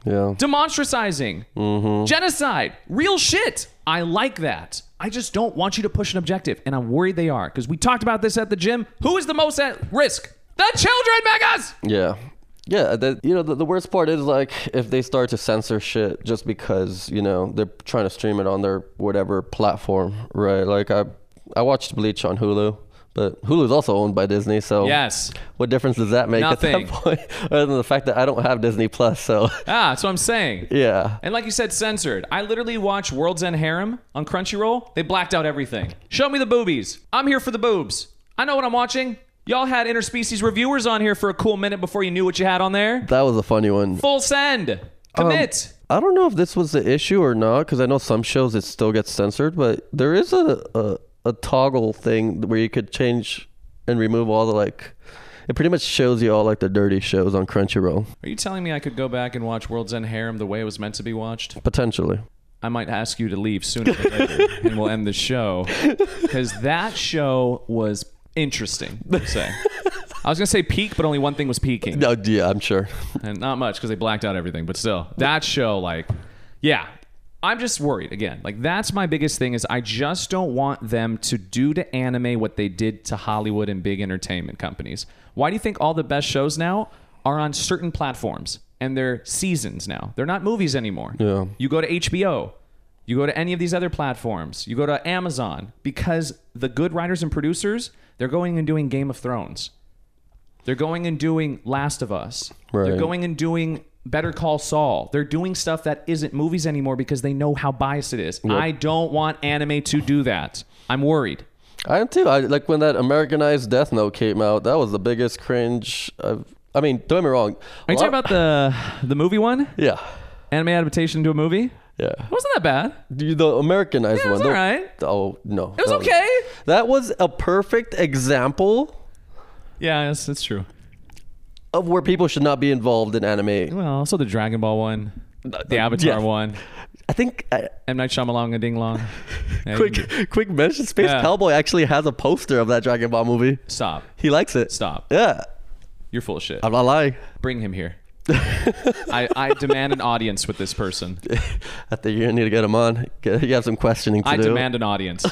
Speaker 5: Yeah.
Speaker 4: demonstracizing, genocide, real shit. I like that. I just don't want you to push an objective, and I'm worried they are because we talked about this at the gym. Who is the most at risk? The children, megas.
Speaker 5: Yeah. Yeah, the, you know the, the worst part is like if they start to censor shit just because you know they're trying to stream it on their whatever platform, right? Like I, I watched Bleach on Hulu, but Hulu's also owned by Disney, so
Speaker 4: Yes.
Speaker 5: what difference does that make
Speaker 4: Nothing.
Speaker 5: at that point? Other than the fact that I don't have Disney Plus, so
Speaker 4: Ah, that's what I'm saying.
Speaker 5: yeah,
Speaker 4: And like you said, censored. I literally watch World's End Harem on Crunchyroll. They blacked out everything. Show me the boobies. I'm here for the boobs. I know what I'm watching. Y'all had interspecies reviewers on here for a cool minute before you knew what you had on there.
Speaker 5: that was a funny one.
Speaker 4: Full send. Commit.
Speaker 5: I don't know if this was the issue or not, because I know some shows it still gets censored, but there is a, a a toggle thing where you could change and remove all the like. It pretty much shows you all like the dirty shows on Crunchyroll
Speaker 4: Are you telling me I could go back and watch World's End Harem the way it was meant to be watched?
Speaker 5: potentially.
Speaker 4: I might ask you to leave sooner than later, and we'll end the show because that show was interesting. I'd Say, I was gonna say peak, but only one thing was peaking.
Speaker 5: No, Uh, yeah, I'm sure.
Speaker 4: and not much because they blacked out everything but still that show like yeah i'm just worried again like that's my biggest thing is i just don't want them to do to anime what they did to hollywood and big entertainment companies why do you think all the best shows now are on certain platforms and they're seasons now they're not movies anymore
Speaker 5: Yeah.
Speaker 4: you go to hbo you go to any of these other platforms you go to amazon because the good writers and producers they're going and doing game of thrones they're going and doing Last of Us. They're
Speaker 5: Right.
Speaker 4: going and doing Better Call Saul. They're doing stuff that isn't movies anymore because they know how biased it is. I don't want anime to do that. I'm worried.
Speaker 5: I am too. I like when that Americanized Death Note came out. That was the biggest cringe. I've, I mean, don't get me wrong.
Speaker 4: Are you talking about the the movie one?
Speaker 5: Yeah,
Speaker 4: Anime adaptation to a movie?
Speaker 5: yeah.
Speaker 4: It wasn't that bad.
Speaker 5: The, the Americanized
Speaker 4: Yeah, it was
Speaker 5: one. the-
Speaker 4: alright.
Speaker 5: Oh no,
Speaker 4: It was okay.
Speaker 5: That was a perfect example
Speaker 4: Yeah, that's, that's true.
Speaker 5: of where people should not be involved in anime.
Speaker 4: Well, also the Dragon Ball one, the Avatar
Speaker 5: Uh, yeah.
Speaker 4: one,
Speaker 5: I think uh,
Speaker 4: M Night Shyamalan and Ding Long. Yeah, you can-
Speaker 5: quick quick mention Space
Speaker 4: Yeah.
Speaker 5: Cowboy actually has a poster of that Dragon Ball movie.
Speaker 4: Stop.
Speaker 5: He likes it.
Speaker 4: Stop.
Speaker 5: Yeah.
Speaker 4: You're full of shit.
Speaker 5: I'm not lying.
Speaker 4: Bring him here. I, I demand an audience with this person.
Speaker 5: I think you're gonna need to get him on. Get, you have some questioning to
Speaker 4: I
Speaker 5: do.
Speaker 4: demand an audience.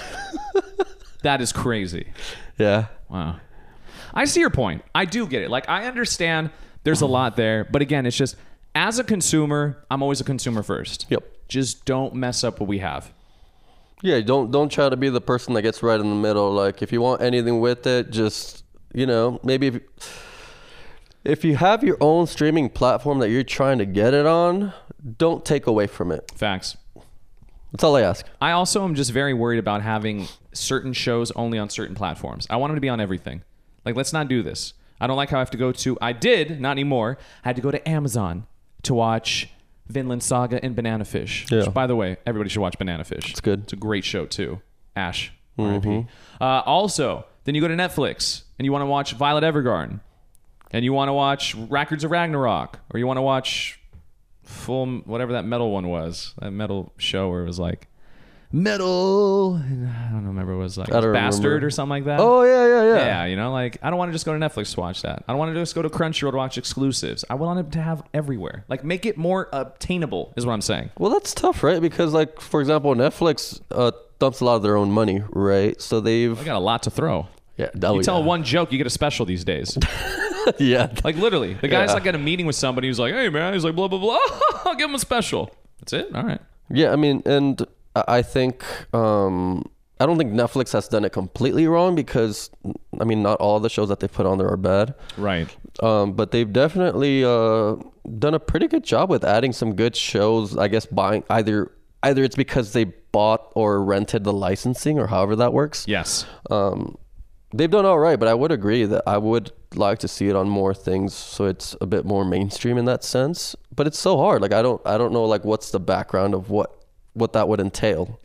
Speaker 4: that is crazy.
Speaker 5: yeah.
Speaker 4: Wow. I see your point. I do get it. Like I understand there's a
Speaker 5: Mm-hmm.
Speaker 4: lot there, but again, it's just as a consumer, I'm always a consumer first.
Speaker 5: Yep.
Speaker 4: Just don't mess up what we have.
Speaker 5: Yeah. Don't don't try to be the person that gets right in the middle. Like if you want anything with it, just you know maybe. If, if you have your own streaming platform that you're trying to get it on, don't take away from it.
Speaker 4: Facts.
Speaker 5: That's all I ask.
Speaker 4: I also am just very worried about having certain shows only on certain platforms. I want them to be on everything. Like, let's not do this. I don't like how I have to go to, I did, not anymore. I had to go to Amazon to watch Vinland Saga and Banana Fish.
Speaker 5: Yeah.
Speaker 4: Which, by the way, everybody should watch Banana Fish. It's
Speaker 5: good. Mm-hmm.
Speaker 4: It's a great show, too. Ash, RIP. Uh, also, then you go to Netflix and you want to watch Violet Evergarden and you want to watch Records of Ragnarok or you want to watch full whatever that metal one was that metal show where it was like metal and i don't remember what it was like
Speaker 5: don't
Speaker 4: bastard
Speaker 5: remember.
Speaker 4: or something like that
Speaker 5: Oh yeah, yeah, yeah.
Speaker 4: yeah you know like i don't want to just go to netflix to watch that i don't want to just go to crunchyroll to watch exclusives i want it to have everywhere like make it more obtainable is what i'm saying
Speaker 5: Well, that's tough, right? Because, like, for example, Netflix uh, dumps a lot of their own money, right? So they've
Speaker 4: i got a lot to throw
Speaker 5: yeah,
Speaker 4: you
Speaker 5: oh,
Speaker 4: tell
Speaker 5: yeah.
Speaker 4: one joke you get a special these days
Speaker 5: yeah,
Speaker 4: Like literally, the guy's
Speaker 5: Yeah.
Speaker 4: like at a meeting with somebody who's like, "Hey man," he's like, "Blah blah blah." I'll give him a special. That's it. All right.
Speaker 5: yeah. I mean, and I I think um, I don't think Netflix has done it completely wrong because I mean not all the shows that they put on there are bad.
Speaker 4: Right.
Speaker 5: Um, but they've definitely uh, done a pretty good job with adding some good shows. I guess buying either either it's because they bought or rented the licensing or however that works.
Speaker 4: Yes.
Speaker 5: They've done all right, but I would agree that I would like to see it on more things so it's a bit more mainstream in that sense. But it's so hard. Like I don't I don't know like what's the background of what what that would entail.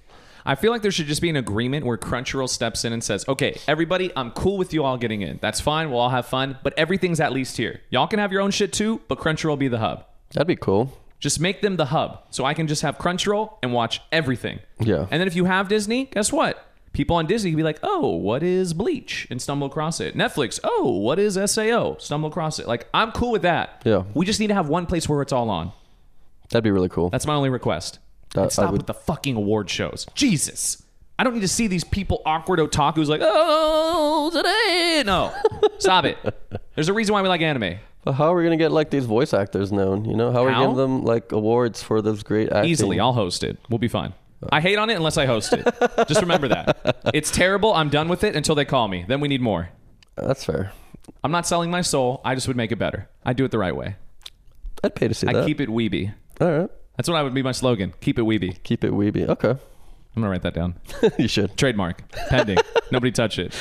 Speaker 4: I feel like there should just be an agreement where Crunchyroll steps in and says, okay, everybody, I'm cool with you all getting in. That's fine. We'll all have fun, but everything's at least here. Y'all can have your own shit too, but Crunchyroll be the hub.
Speaker 5: That'd be cool.
Speaker 4: Just make them the hub so I can just have Crunchyroll and watch everything.
Speaker 5: Yeah.
Speaker 4: And then if you have Disney, guess what? People on Disney can be like, oh, what is Bleach? And stumble across it. Netflix, oh, what is SAO? Stumble across it. Like, I'm cool with that.
Speaker 5: Yeah.
Speaker 4: We just need to have one place where it's all on.
Speaker 5: That'd be really cool.
Speaker 4: That's my only request.
Speaker 5: That-
Speaker 4: and stop
Speaker 5: Uh, I would-
Speaker 4: with the fucking award shows. Jesus. I don't need to see these people awkward otakus like, oh, today. No. stop it. There's a reason why we like anime.
Speaker 5: But how are we gonna get like these voice actors known? You know, how are we
Speaker 4: How?
Speaker 5: giving them like awards for those great acting?
Speaker 4: Easily. I'll host it. We'll be fine.
Speaker 5: Uh.
Speaker 4: I hate on it unless I host it. Just remember that. It's terrible. I'm done with it until they call me. Then we need more.
Speaker 5: That's fair.
Speaker 4: I'm not selling my soul. I just would make it better. I do it the right way.
Speaker 5: I'd pay to see
Speaker 4: I
Speaker 5: that.
Speaker 4: keep it weeby.
Speaker 5: All right,
Speaker 4: That's what I would be my slogan. Keep it weeby.
Speaker 5: keep it weeby. Okay,
Speaker 4: I'm gonna write that down.
Speaker 5: you should.
Speaker 4: Trademark. Pending. Nobody touch it.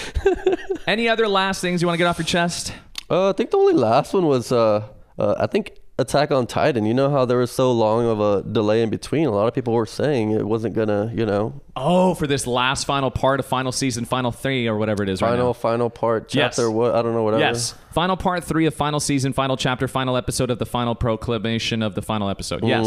Speaker 4: Any other last things you want to get off your chest?
Speaker 5: Uh, I think the only last one was uh, uh, I think Attack on Titan. You know how there was so long of a delay in between. A lot of people were saying it wasn't gonna, you know,
Speaker 4: Oh, for this last final part of final season, final three, or whatever it is.
Speaker 5: final
Speaker 4: Right
Speaker 5: final part
Speaker 4: Yes.
Speaker 5: chapter. What I don't know whatever.
Speaker 4: now. Yes. Final part three of final season, final chapter, final episode of the final proclamation of the final episode. Yes.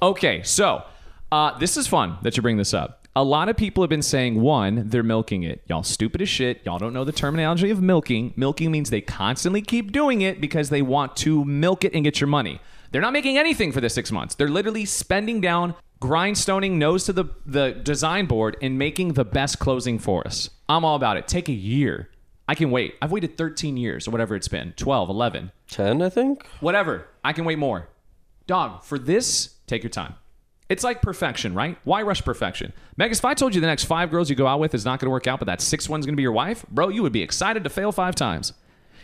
Speaker 4: Okay, so uh, this is fun that you bring this up. A lot of people have been saying, one, they're milking it. Y'all stupid as shit. Y'all don't know the terminology of milking. Milking means they constantly keep doing it because they want to milk it and get your money. They're not making anything for the six months. They're literally spending down, grindstoning nose to the, the design board, and making the best closing for us. I'm all about it. Take a year. I can wait. I've waited 13 years or whatever it's been 12, 11
Speaker 5: Ten, I think.
Speaker 4: whatever. I can wait more. Dog, for this, take your time. It's like perfection, right? Why rush perfection? Megas, if I told you the next five girls you go out with is not going to work out, but that sixth one's going to be your wife, bro, you would be excited to fail five times.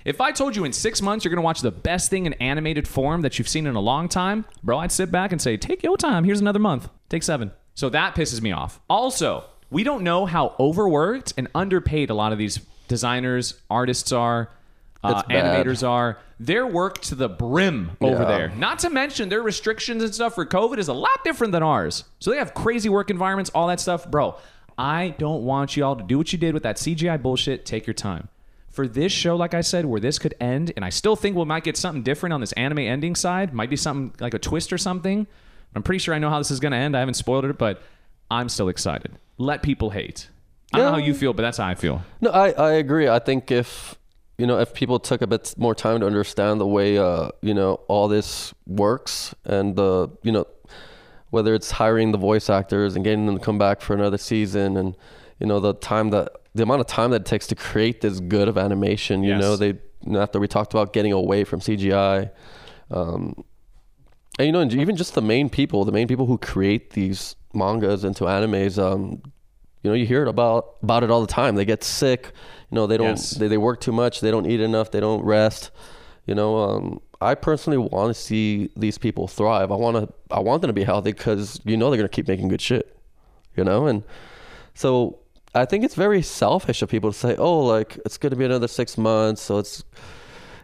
Speaker 4: If I told you in six months you're going to watch the best thing in animated form that you've seen in a long time, bro, I'd sit back and say, take your time. Here's another month. Take seven. So that pisses me off. Also, we don't know how overworked and underpaid a lot of these designers, artists are, uh,
Speaker 5: It's bad.
Speaker 4: animators are. Their work to the brim over there. Not to mention their restrictions and stuff for COVID is a lot different than ours. So they have crazy work environments, all that stuff. Bro, I don't want you all to do what you did with that CGI bullshit. Take your time. For this show, like I said, where this could end, and I still think we might get something different on this anime ending side, might be something like a twist or something. I'm pretty sure I know how this is going to end. I haven't spoiled it, but I'm still excited. Let people hate. I don't know how you feel, but that's how I feel.
Speaker 5: No, I, I agree. I think if you know if people took a bit more time to understand the way uh you know all this works and the you know whether it's hiring the voice actors and getting them to come back for another season and you know the time that the amount of time that it takes to create this good of animation you
Speaker 4: Yes.
Speaker 5: know they you know, after we talked about getting away from CGI um and you know and even just the main people the main people who create these mangas into animes um you know you hear it about about it all the time they get sick you know they don't
Speaker 4: Yes.
Speaker 5: they, they work too much they don't eat enough they don't rest you know um i personally want to see these people thrive i want to i want them to be healthy because you know they're going to keep making good shit you know and so i think it's very selfish of people to say oh like it's going to be another six months so it's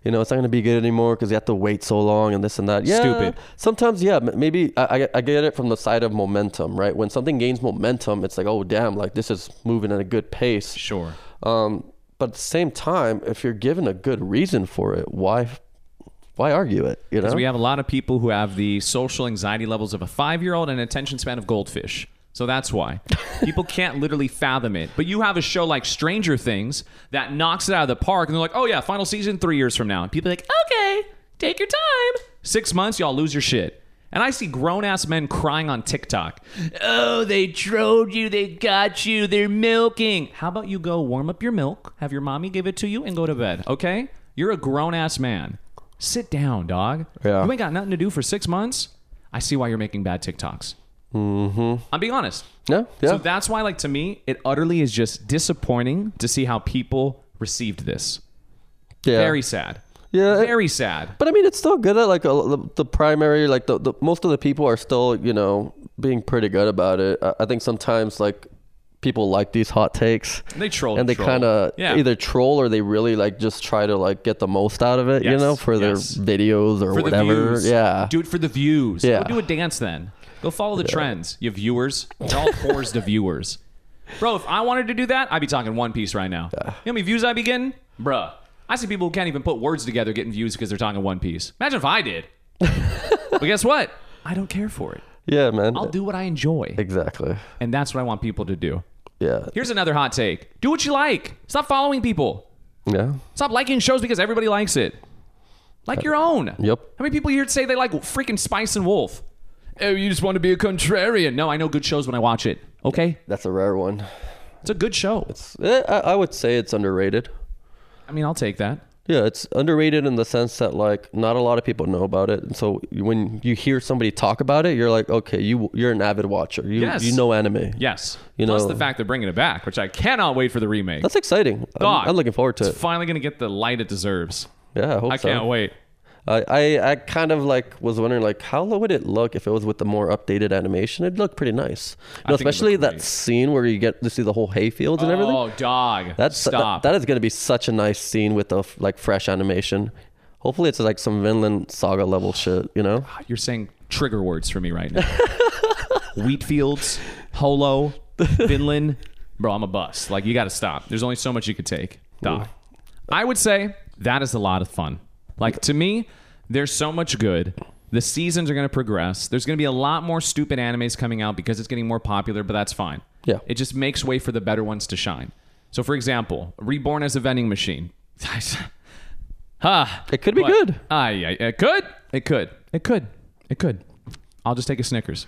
Speaker 5: you know, it's not going to be good anymore because you have to wait so long and this and that. Yeah,
Speaker 4: Stupid.
Speaker 5: Sometimes, yeah, m- maybe I, I, I get it from the side of momentum, right? When something gains momentum, it's like, oh, damn, like this is moving at a good pace.
Speaker 4: Sure.
Speaker 5: Um, but at the same time, if you're given a good reason for it, why, why argue it? You know,
Speaker 4: Because we have a lot of people who have the social anxiety levels of a five year old and attention span of goldfish. So that's why people can't literally fathom it. But you have a show like Stranger Things that knocks it out of the park, and they're like, oh, yeah, final season three years from now. And people are like, okay, take your time. Six months, y'all lose your shit. And I see grown ass men crying on TikTok. Oh, they trolled you. They got you. They're milking. How about you go warm up your milk, have your mommy give it to you, and go to bed, okay? You're a grown ass man. Sit down, dog.
Speaker 5: Yeah.
Speaker 4: You ain't got nothing to do for six months. I see why you're making bad TikToks. I'm being honest.
Speaker 5: Yeah, Mm-hmm. yeah.
Speaker 4: So that's why, like to me, it utterly is just disappointing to see how people received this.
Speaker 5: yeah.
Speaker 4: Very sad.
Speaker 5: Yeah, it-
Speaker 4: Very sad.
Speaker 5: But I mean, it's still good at like a, the, the primary, like the, the most of the people are still, you know, being pretty good about it. I, I think sometimes like people like these hot takes.
Speaker 4: They troll
Speaker 5: and they
Speaker 4: troll.
Speaker 5: kind of
Speaker 4: Yeah.
Speaker 5: either troll or they really like just try to like get the most out of it, you
Speaker 4: Yes,
Speaker 5: know, for their
Speaker 4: yes.
Speaker 5: videos or
Speaker 4: for the
Speaker 5: whatever.
Speaker 4: views.
Speaker 5: Yeah.
Speaker 4: Do it for the views.
Speaker 5: Yeah.
Speaker 4: Go do a dance then. Go follow the trends, you viewers. It all pours to viewers. Bro, if I wanted to do that, I'd be talking One Piece right now. You know how many views I'd be getting? Bruh. I see people who can't even put words together getting views because they're talking One Piece. Imagine if I did. but guess what? I don't care for it.
Speaker 5: yeah, man.
Speaker 4: I'll do what I enjoy.
Speaker 5: exactly.
Speaker 4: And that's what I want people to do.
Speaker 5: Yeah.
Speaker 4: Here's another hot take do what you like. Stop following people.
Speaker 5: yeah.
Speaker 4: Stop liking shows because everybody likes it. Like your own.
Speaker 5: Yep.
Speaker 4: How many people here say they like freaking Spice and Wolf? Oh, you just want to be a contrarian. No, I know good shows when I watch it. Okay?
Speaker 5: That's a rare one.
Speaker 4: It's a good show.
Speaker 5: Eh, I, I would say it's underrated.
Speaker 4: I mean, I'll take that.
Speaker 5: Yeah, it's underrated in the sense that like not a lot of people know about it. And so when you hear somebody talk about it, you're like, okay, you you're an avid watcher. You
Speaker 4: Yes.
Speaker 5: you know anime.
Speaker 4: Yes.
Speaker 5: You
Speaker 4: Plus
Speaker 5: know-
Speaker 4: the fact they're bringing it back, which I cannot wait for the remake.
Speaker 5: That's exciting.
Speaker 4: Dog.
Speaker 5: I'm, I'm looking forward to
Speaker 4: it's
Speaker 5: it.
Speaker 4: finally going to get the light it deserves.
Speaker 5: yeah, I hope
Speaker 4: I
Speaker 5: so.
Speaker 4: can't wait.
Speaker 5: I, I I kind of like was wondering like how would it look if it was with the more updated animation? It'd look pretty nice. You know,
Speaker 4: think it'd
Speaker 5: especially
Speaker 4: look
Speaker 5: that
Speaker 4: great.
Speaker 5: scene where you get to see the whole hayfields and everything.
Speaker 4: Oh, dog.
Speaker 5: That's
Speaker 4: Stop.
Speaker 5: That, that is going to be such a nice scene with the f- like fresh animation. Hopefully, it's like some Vinland Saga level shit. You know?
Speaker 4: You're saying trigger words for me right now. Wheat fields, holo, Finland. Bro, I'm a bust. Like, you got to stop. There's only so much you could take. Doc. I would say that is a lot of fun. Like, to me, there's so much good. The seasons are going to progress. There's going to be a lot more stupid animes coming out because it's getting more popular, but that's fine.
Speaker 5: Yeah.
Speaker 4: It just makes way for the better ones to shine. So, for example, Reborn as a Vending Machine. huh.
Speaker 5: It could be
Speaker 4: What?
Speaker 5: good.
Speaker 4: Aye, aye, it could. It could. It could. It could. I'll just take a Snickers.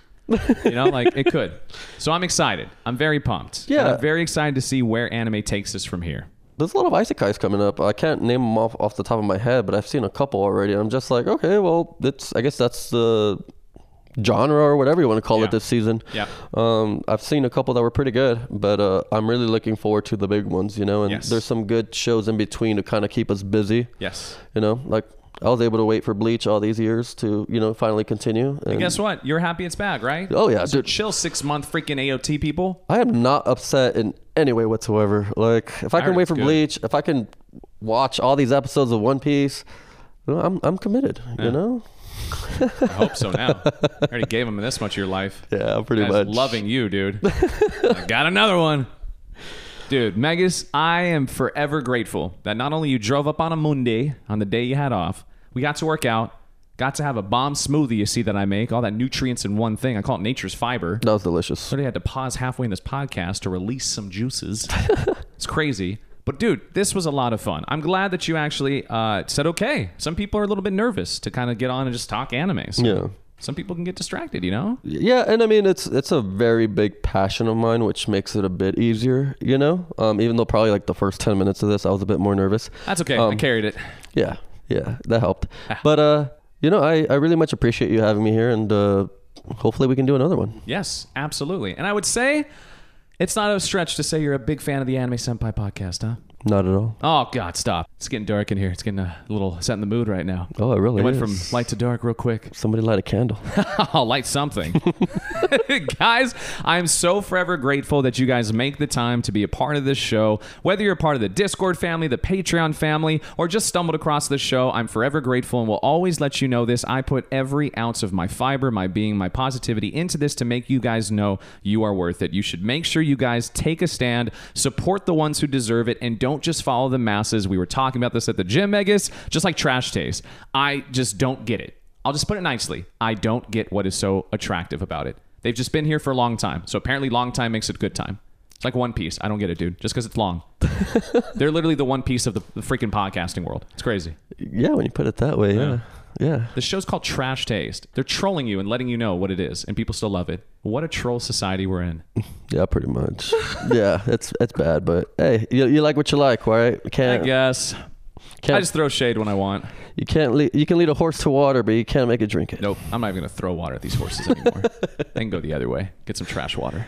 Speaker 4: you know, like it could. So I'm excited. I'm very pumped. And
Speaker 5: Yeah.
Speaker 4: I'm very excited to see where anime takes us from here.
Speaker 5: There's a lot of isekais coming up. I can't name them off off the top of my head, but I've seen a couple already. I'm just like, okay, well, that's I guess that's the genre or whatever you want to call
Speaker 4: Yeah.
Speaker 5: it this season.
Speaker 4: Yeah.
Speaker 5: Um, I've seen a couple that were pretty good, but uh, I'm really looking forward to the big ones, you know. And
Speaker 4: Yes.
Speaker 5: there's some good shows in between to kind of keep us busy.
Speaker 4: Yes.
Speaker 5: You know, like I was able to wait for Bleach all these years to you know finally continue. And
Speaker 4: Guess what? You're happy it's back, right?
Speaker 5: Oh yeah,
Speaker 4: So
Speaker 5: dude.
Speaker 4: chill six month freaking AOT people.
Speaker 5: I am not upset in any way whatsoever. Like if I
Speaker 4: heard
Speaker 5: can wait
Speaker 4: it's
Speaker 5: for
Speaker 4: good.
Speaker 5: Bleach, if I can watch all these episodes of One Piece, you know, I'm I'm committed. You know?
Speaker 4: I hope so now. I already gave them this much of your life.
Speaker 5: Yeah, pretty
Speaker 4: Guys,
Speaker 5: much.
Speaker 4: loving you, dude. I got another one. Dude, Megas, I am forever grateful that not only you drove up on a Monday on the day you had off, we got to work out, got to have a bomb smoothie you see that I make, all that nutrients in one thing. I call it nature's fiber.
Speaker 5: That was delicious.
Speaker 4: Literally had to pause halfway in this podcast to release some juices. it's crazy. But dude, this was a lot of fun. I'm glad that you actually uh, said okay. Some people are a little bit nervous to kind of get on and just talk animes.
Speaker 5: Yeah.
Speaker 4: Some people can get distracted, you know?
Speaker 5: Yeah, and I mean it's it's a very big passion of mine, which makes it a bit easier, you know. Um, even though probably like the first ten minutes of this, I was a bit more nervous.
Speaker 4: That's okay. I Ah.
Speaker 5: Um,
Speaker 4: carried it.
Speaker 5: Yeah, yeah, that helped. But uh, you know, I I really much appreciate you having me here, and uh, hopefully we can do another one.
Speaker 4: Yes, absolutely. And I would say it's not a stretch to say you're a big fan of the Anime Senpai podcast, huh?
Speaker 5: Not at all.
Speaker 4: Oh, God, stop. It's getting dark in here. It's getting a little set in the mood right now.
Speaker 5: Oh, it really
Speaker 4: It went
Speaker 5: is.
Speaker 4: from light to dark real quick.
Speaker 5: Somebody light a candle.
Speaker 4: I'll light something. guys, I'm so forever grateful that you guys make the time to be a part of this show. Whether you're a part of the Discord family, the Patreon family, or just stumbled across this show, I'm forever grateful and will always let you know this. I put every ounce of my fiber, my being, my positivity into this to make you guys know you are worth it. You should make sure you guys take a stand, support the ones who deserve it, and don't just follow the masses. We were talking about this at the gym, Megas, just like trash taste. I just don't get it. I'll just put it nicely. I don't get what is so attractive about it. They've just been here for a long time. So apparently, long time makes it good time. It's like One Piece. I don't get it, dude. Just because it's long. They're literally the One Piece of the, the freaking podcasting world. It's crazy.
Speaker 5: yeah, when you put it that way, yeah. Yeah.
Speaker 4: The show's called Trash Taste. They're trolling you and letting you know what it is, and people still love it. What a troll society we're in.
Speaker 5: Yeah, pretty much. yeah, it's it's bad, but hey, you, you like what you like, all right? We
Speaker 4: I
Speaker 5: Can't
Speaker 4: guess.
Speaker 5: Can't,
Speaker 4: I just throw shade when I want.
Speaker 5: you can't lead, you can lead a horse to water, but you can't make it drink it.
Speaker 4: Nope, I'm not even gonna throw water at these horses anymore. they can go the other way. Get some trash water.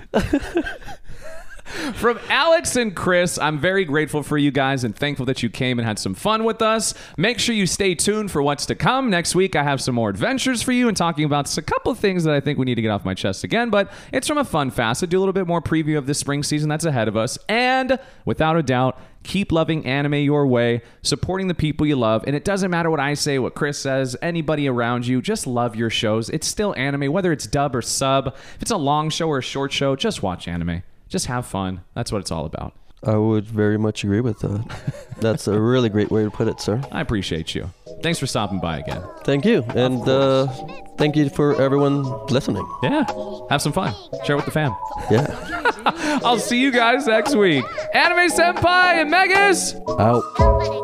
Speaker 4: From Alex and Chris, I'm very grateful for you guys and thankful that you came and had some fun with us. Make sure you stay tuned for what's to come. Next week, I have some more adventures for you and talking about s- a couple of things that I think we need to get off my chest again, but it's from a fun facet. Do a little bit more preview of this spring season that's ahead of us. And without a doubt, keep loving anime your way, supporting the people you love. And it doesn't matter what I say, what Chris says, anybody around you, just love your shows. It's still anime, whether it's dub or sub. If it's a long show or a short show, just watch anime. Just have fun. That's what it's all about.
Speaker 5: I would very much agree with that. That's a really great way to put it, sir.
Speaker 4: I appreciate you. Thanks for stopping by again.
Speaker 5: Thank you, and uh, thank you for everyone listening.
Speaker 4: Yeah. Have some fun. Share with the fam.
Speaker 5: Yeah,
Speaker 4: I'll see you guys next week. Anime Senpai and Megas!
Speaker 5: out.
Speaker 2: Nobody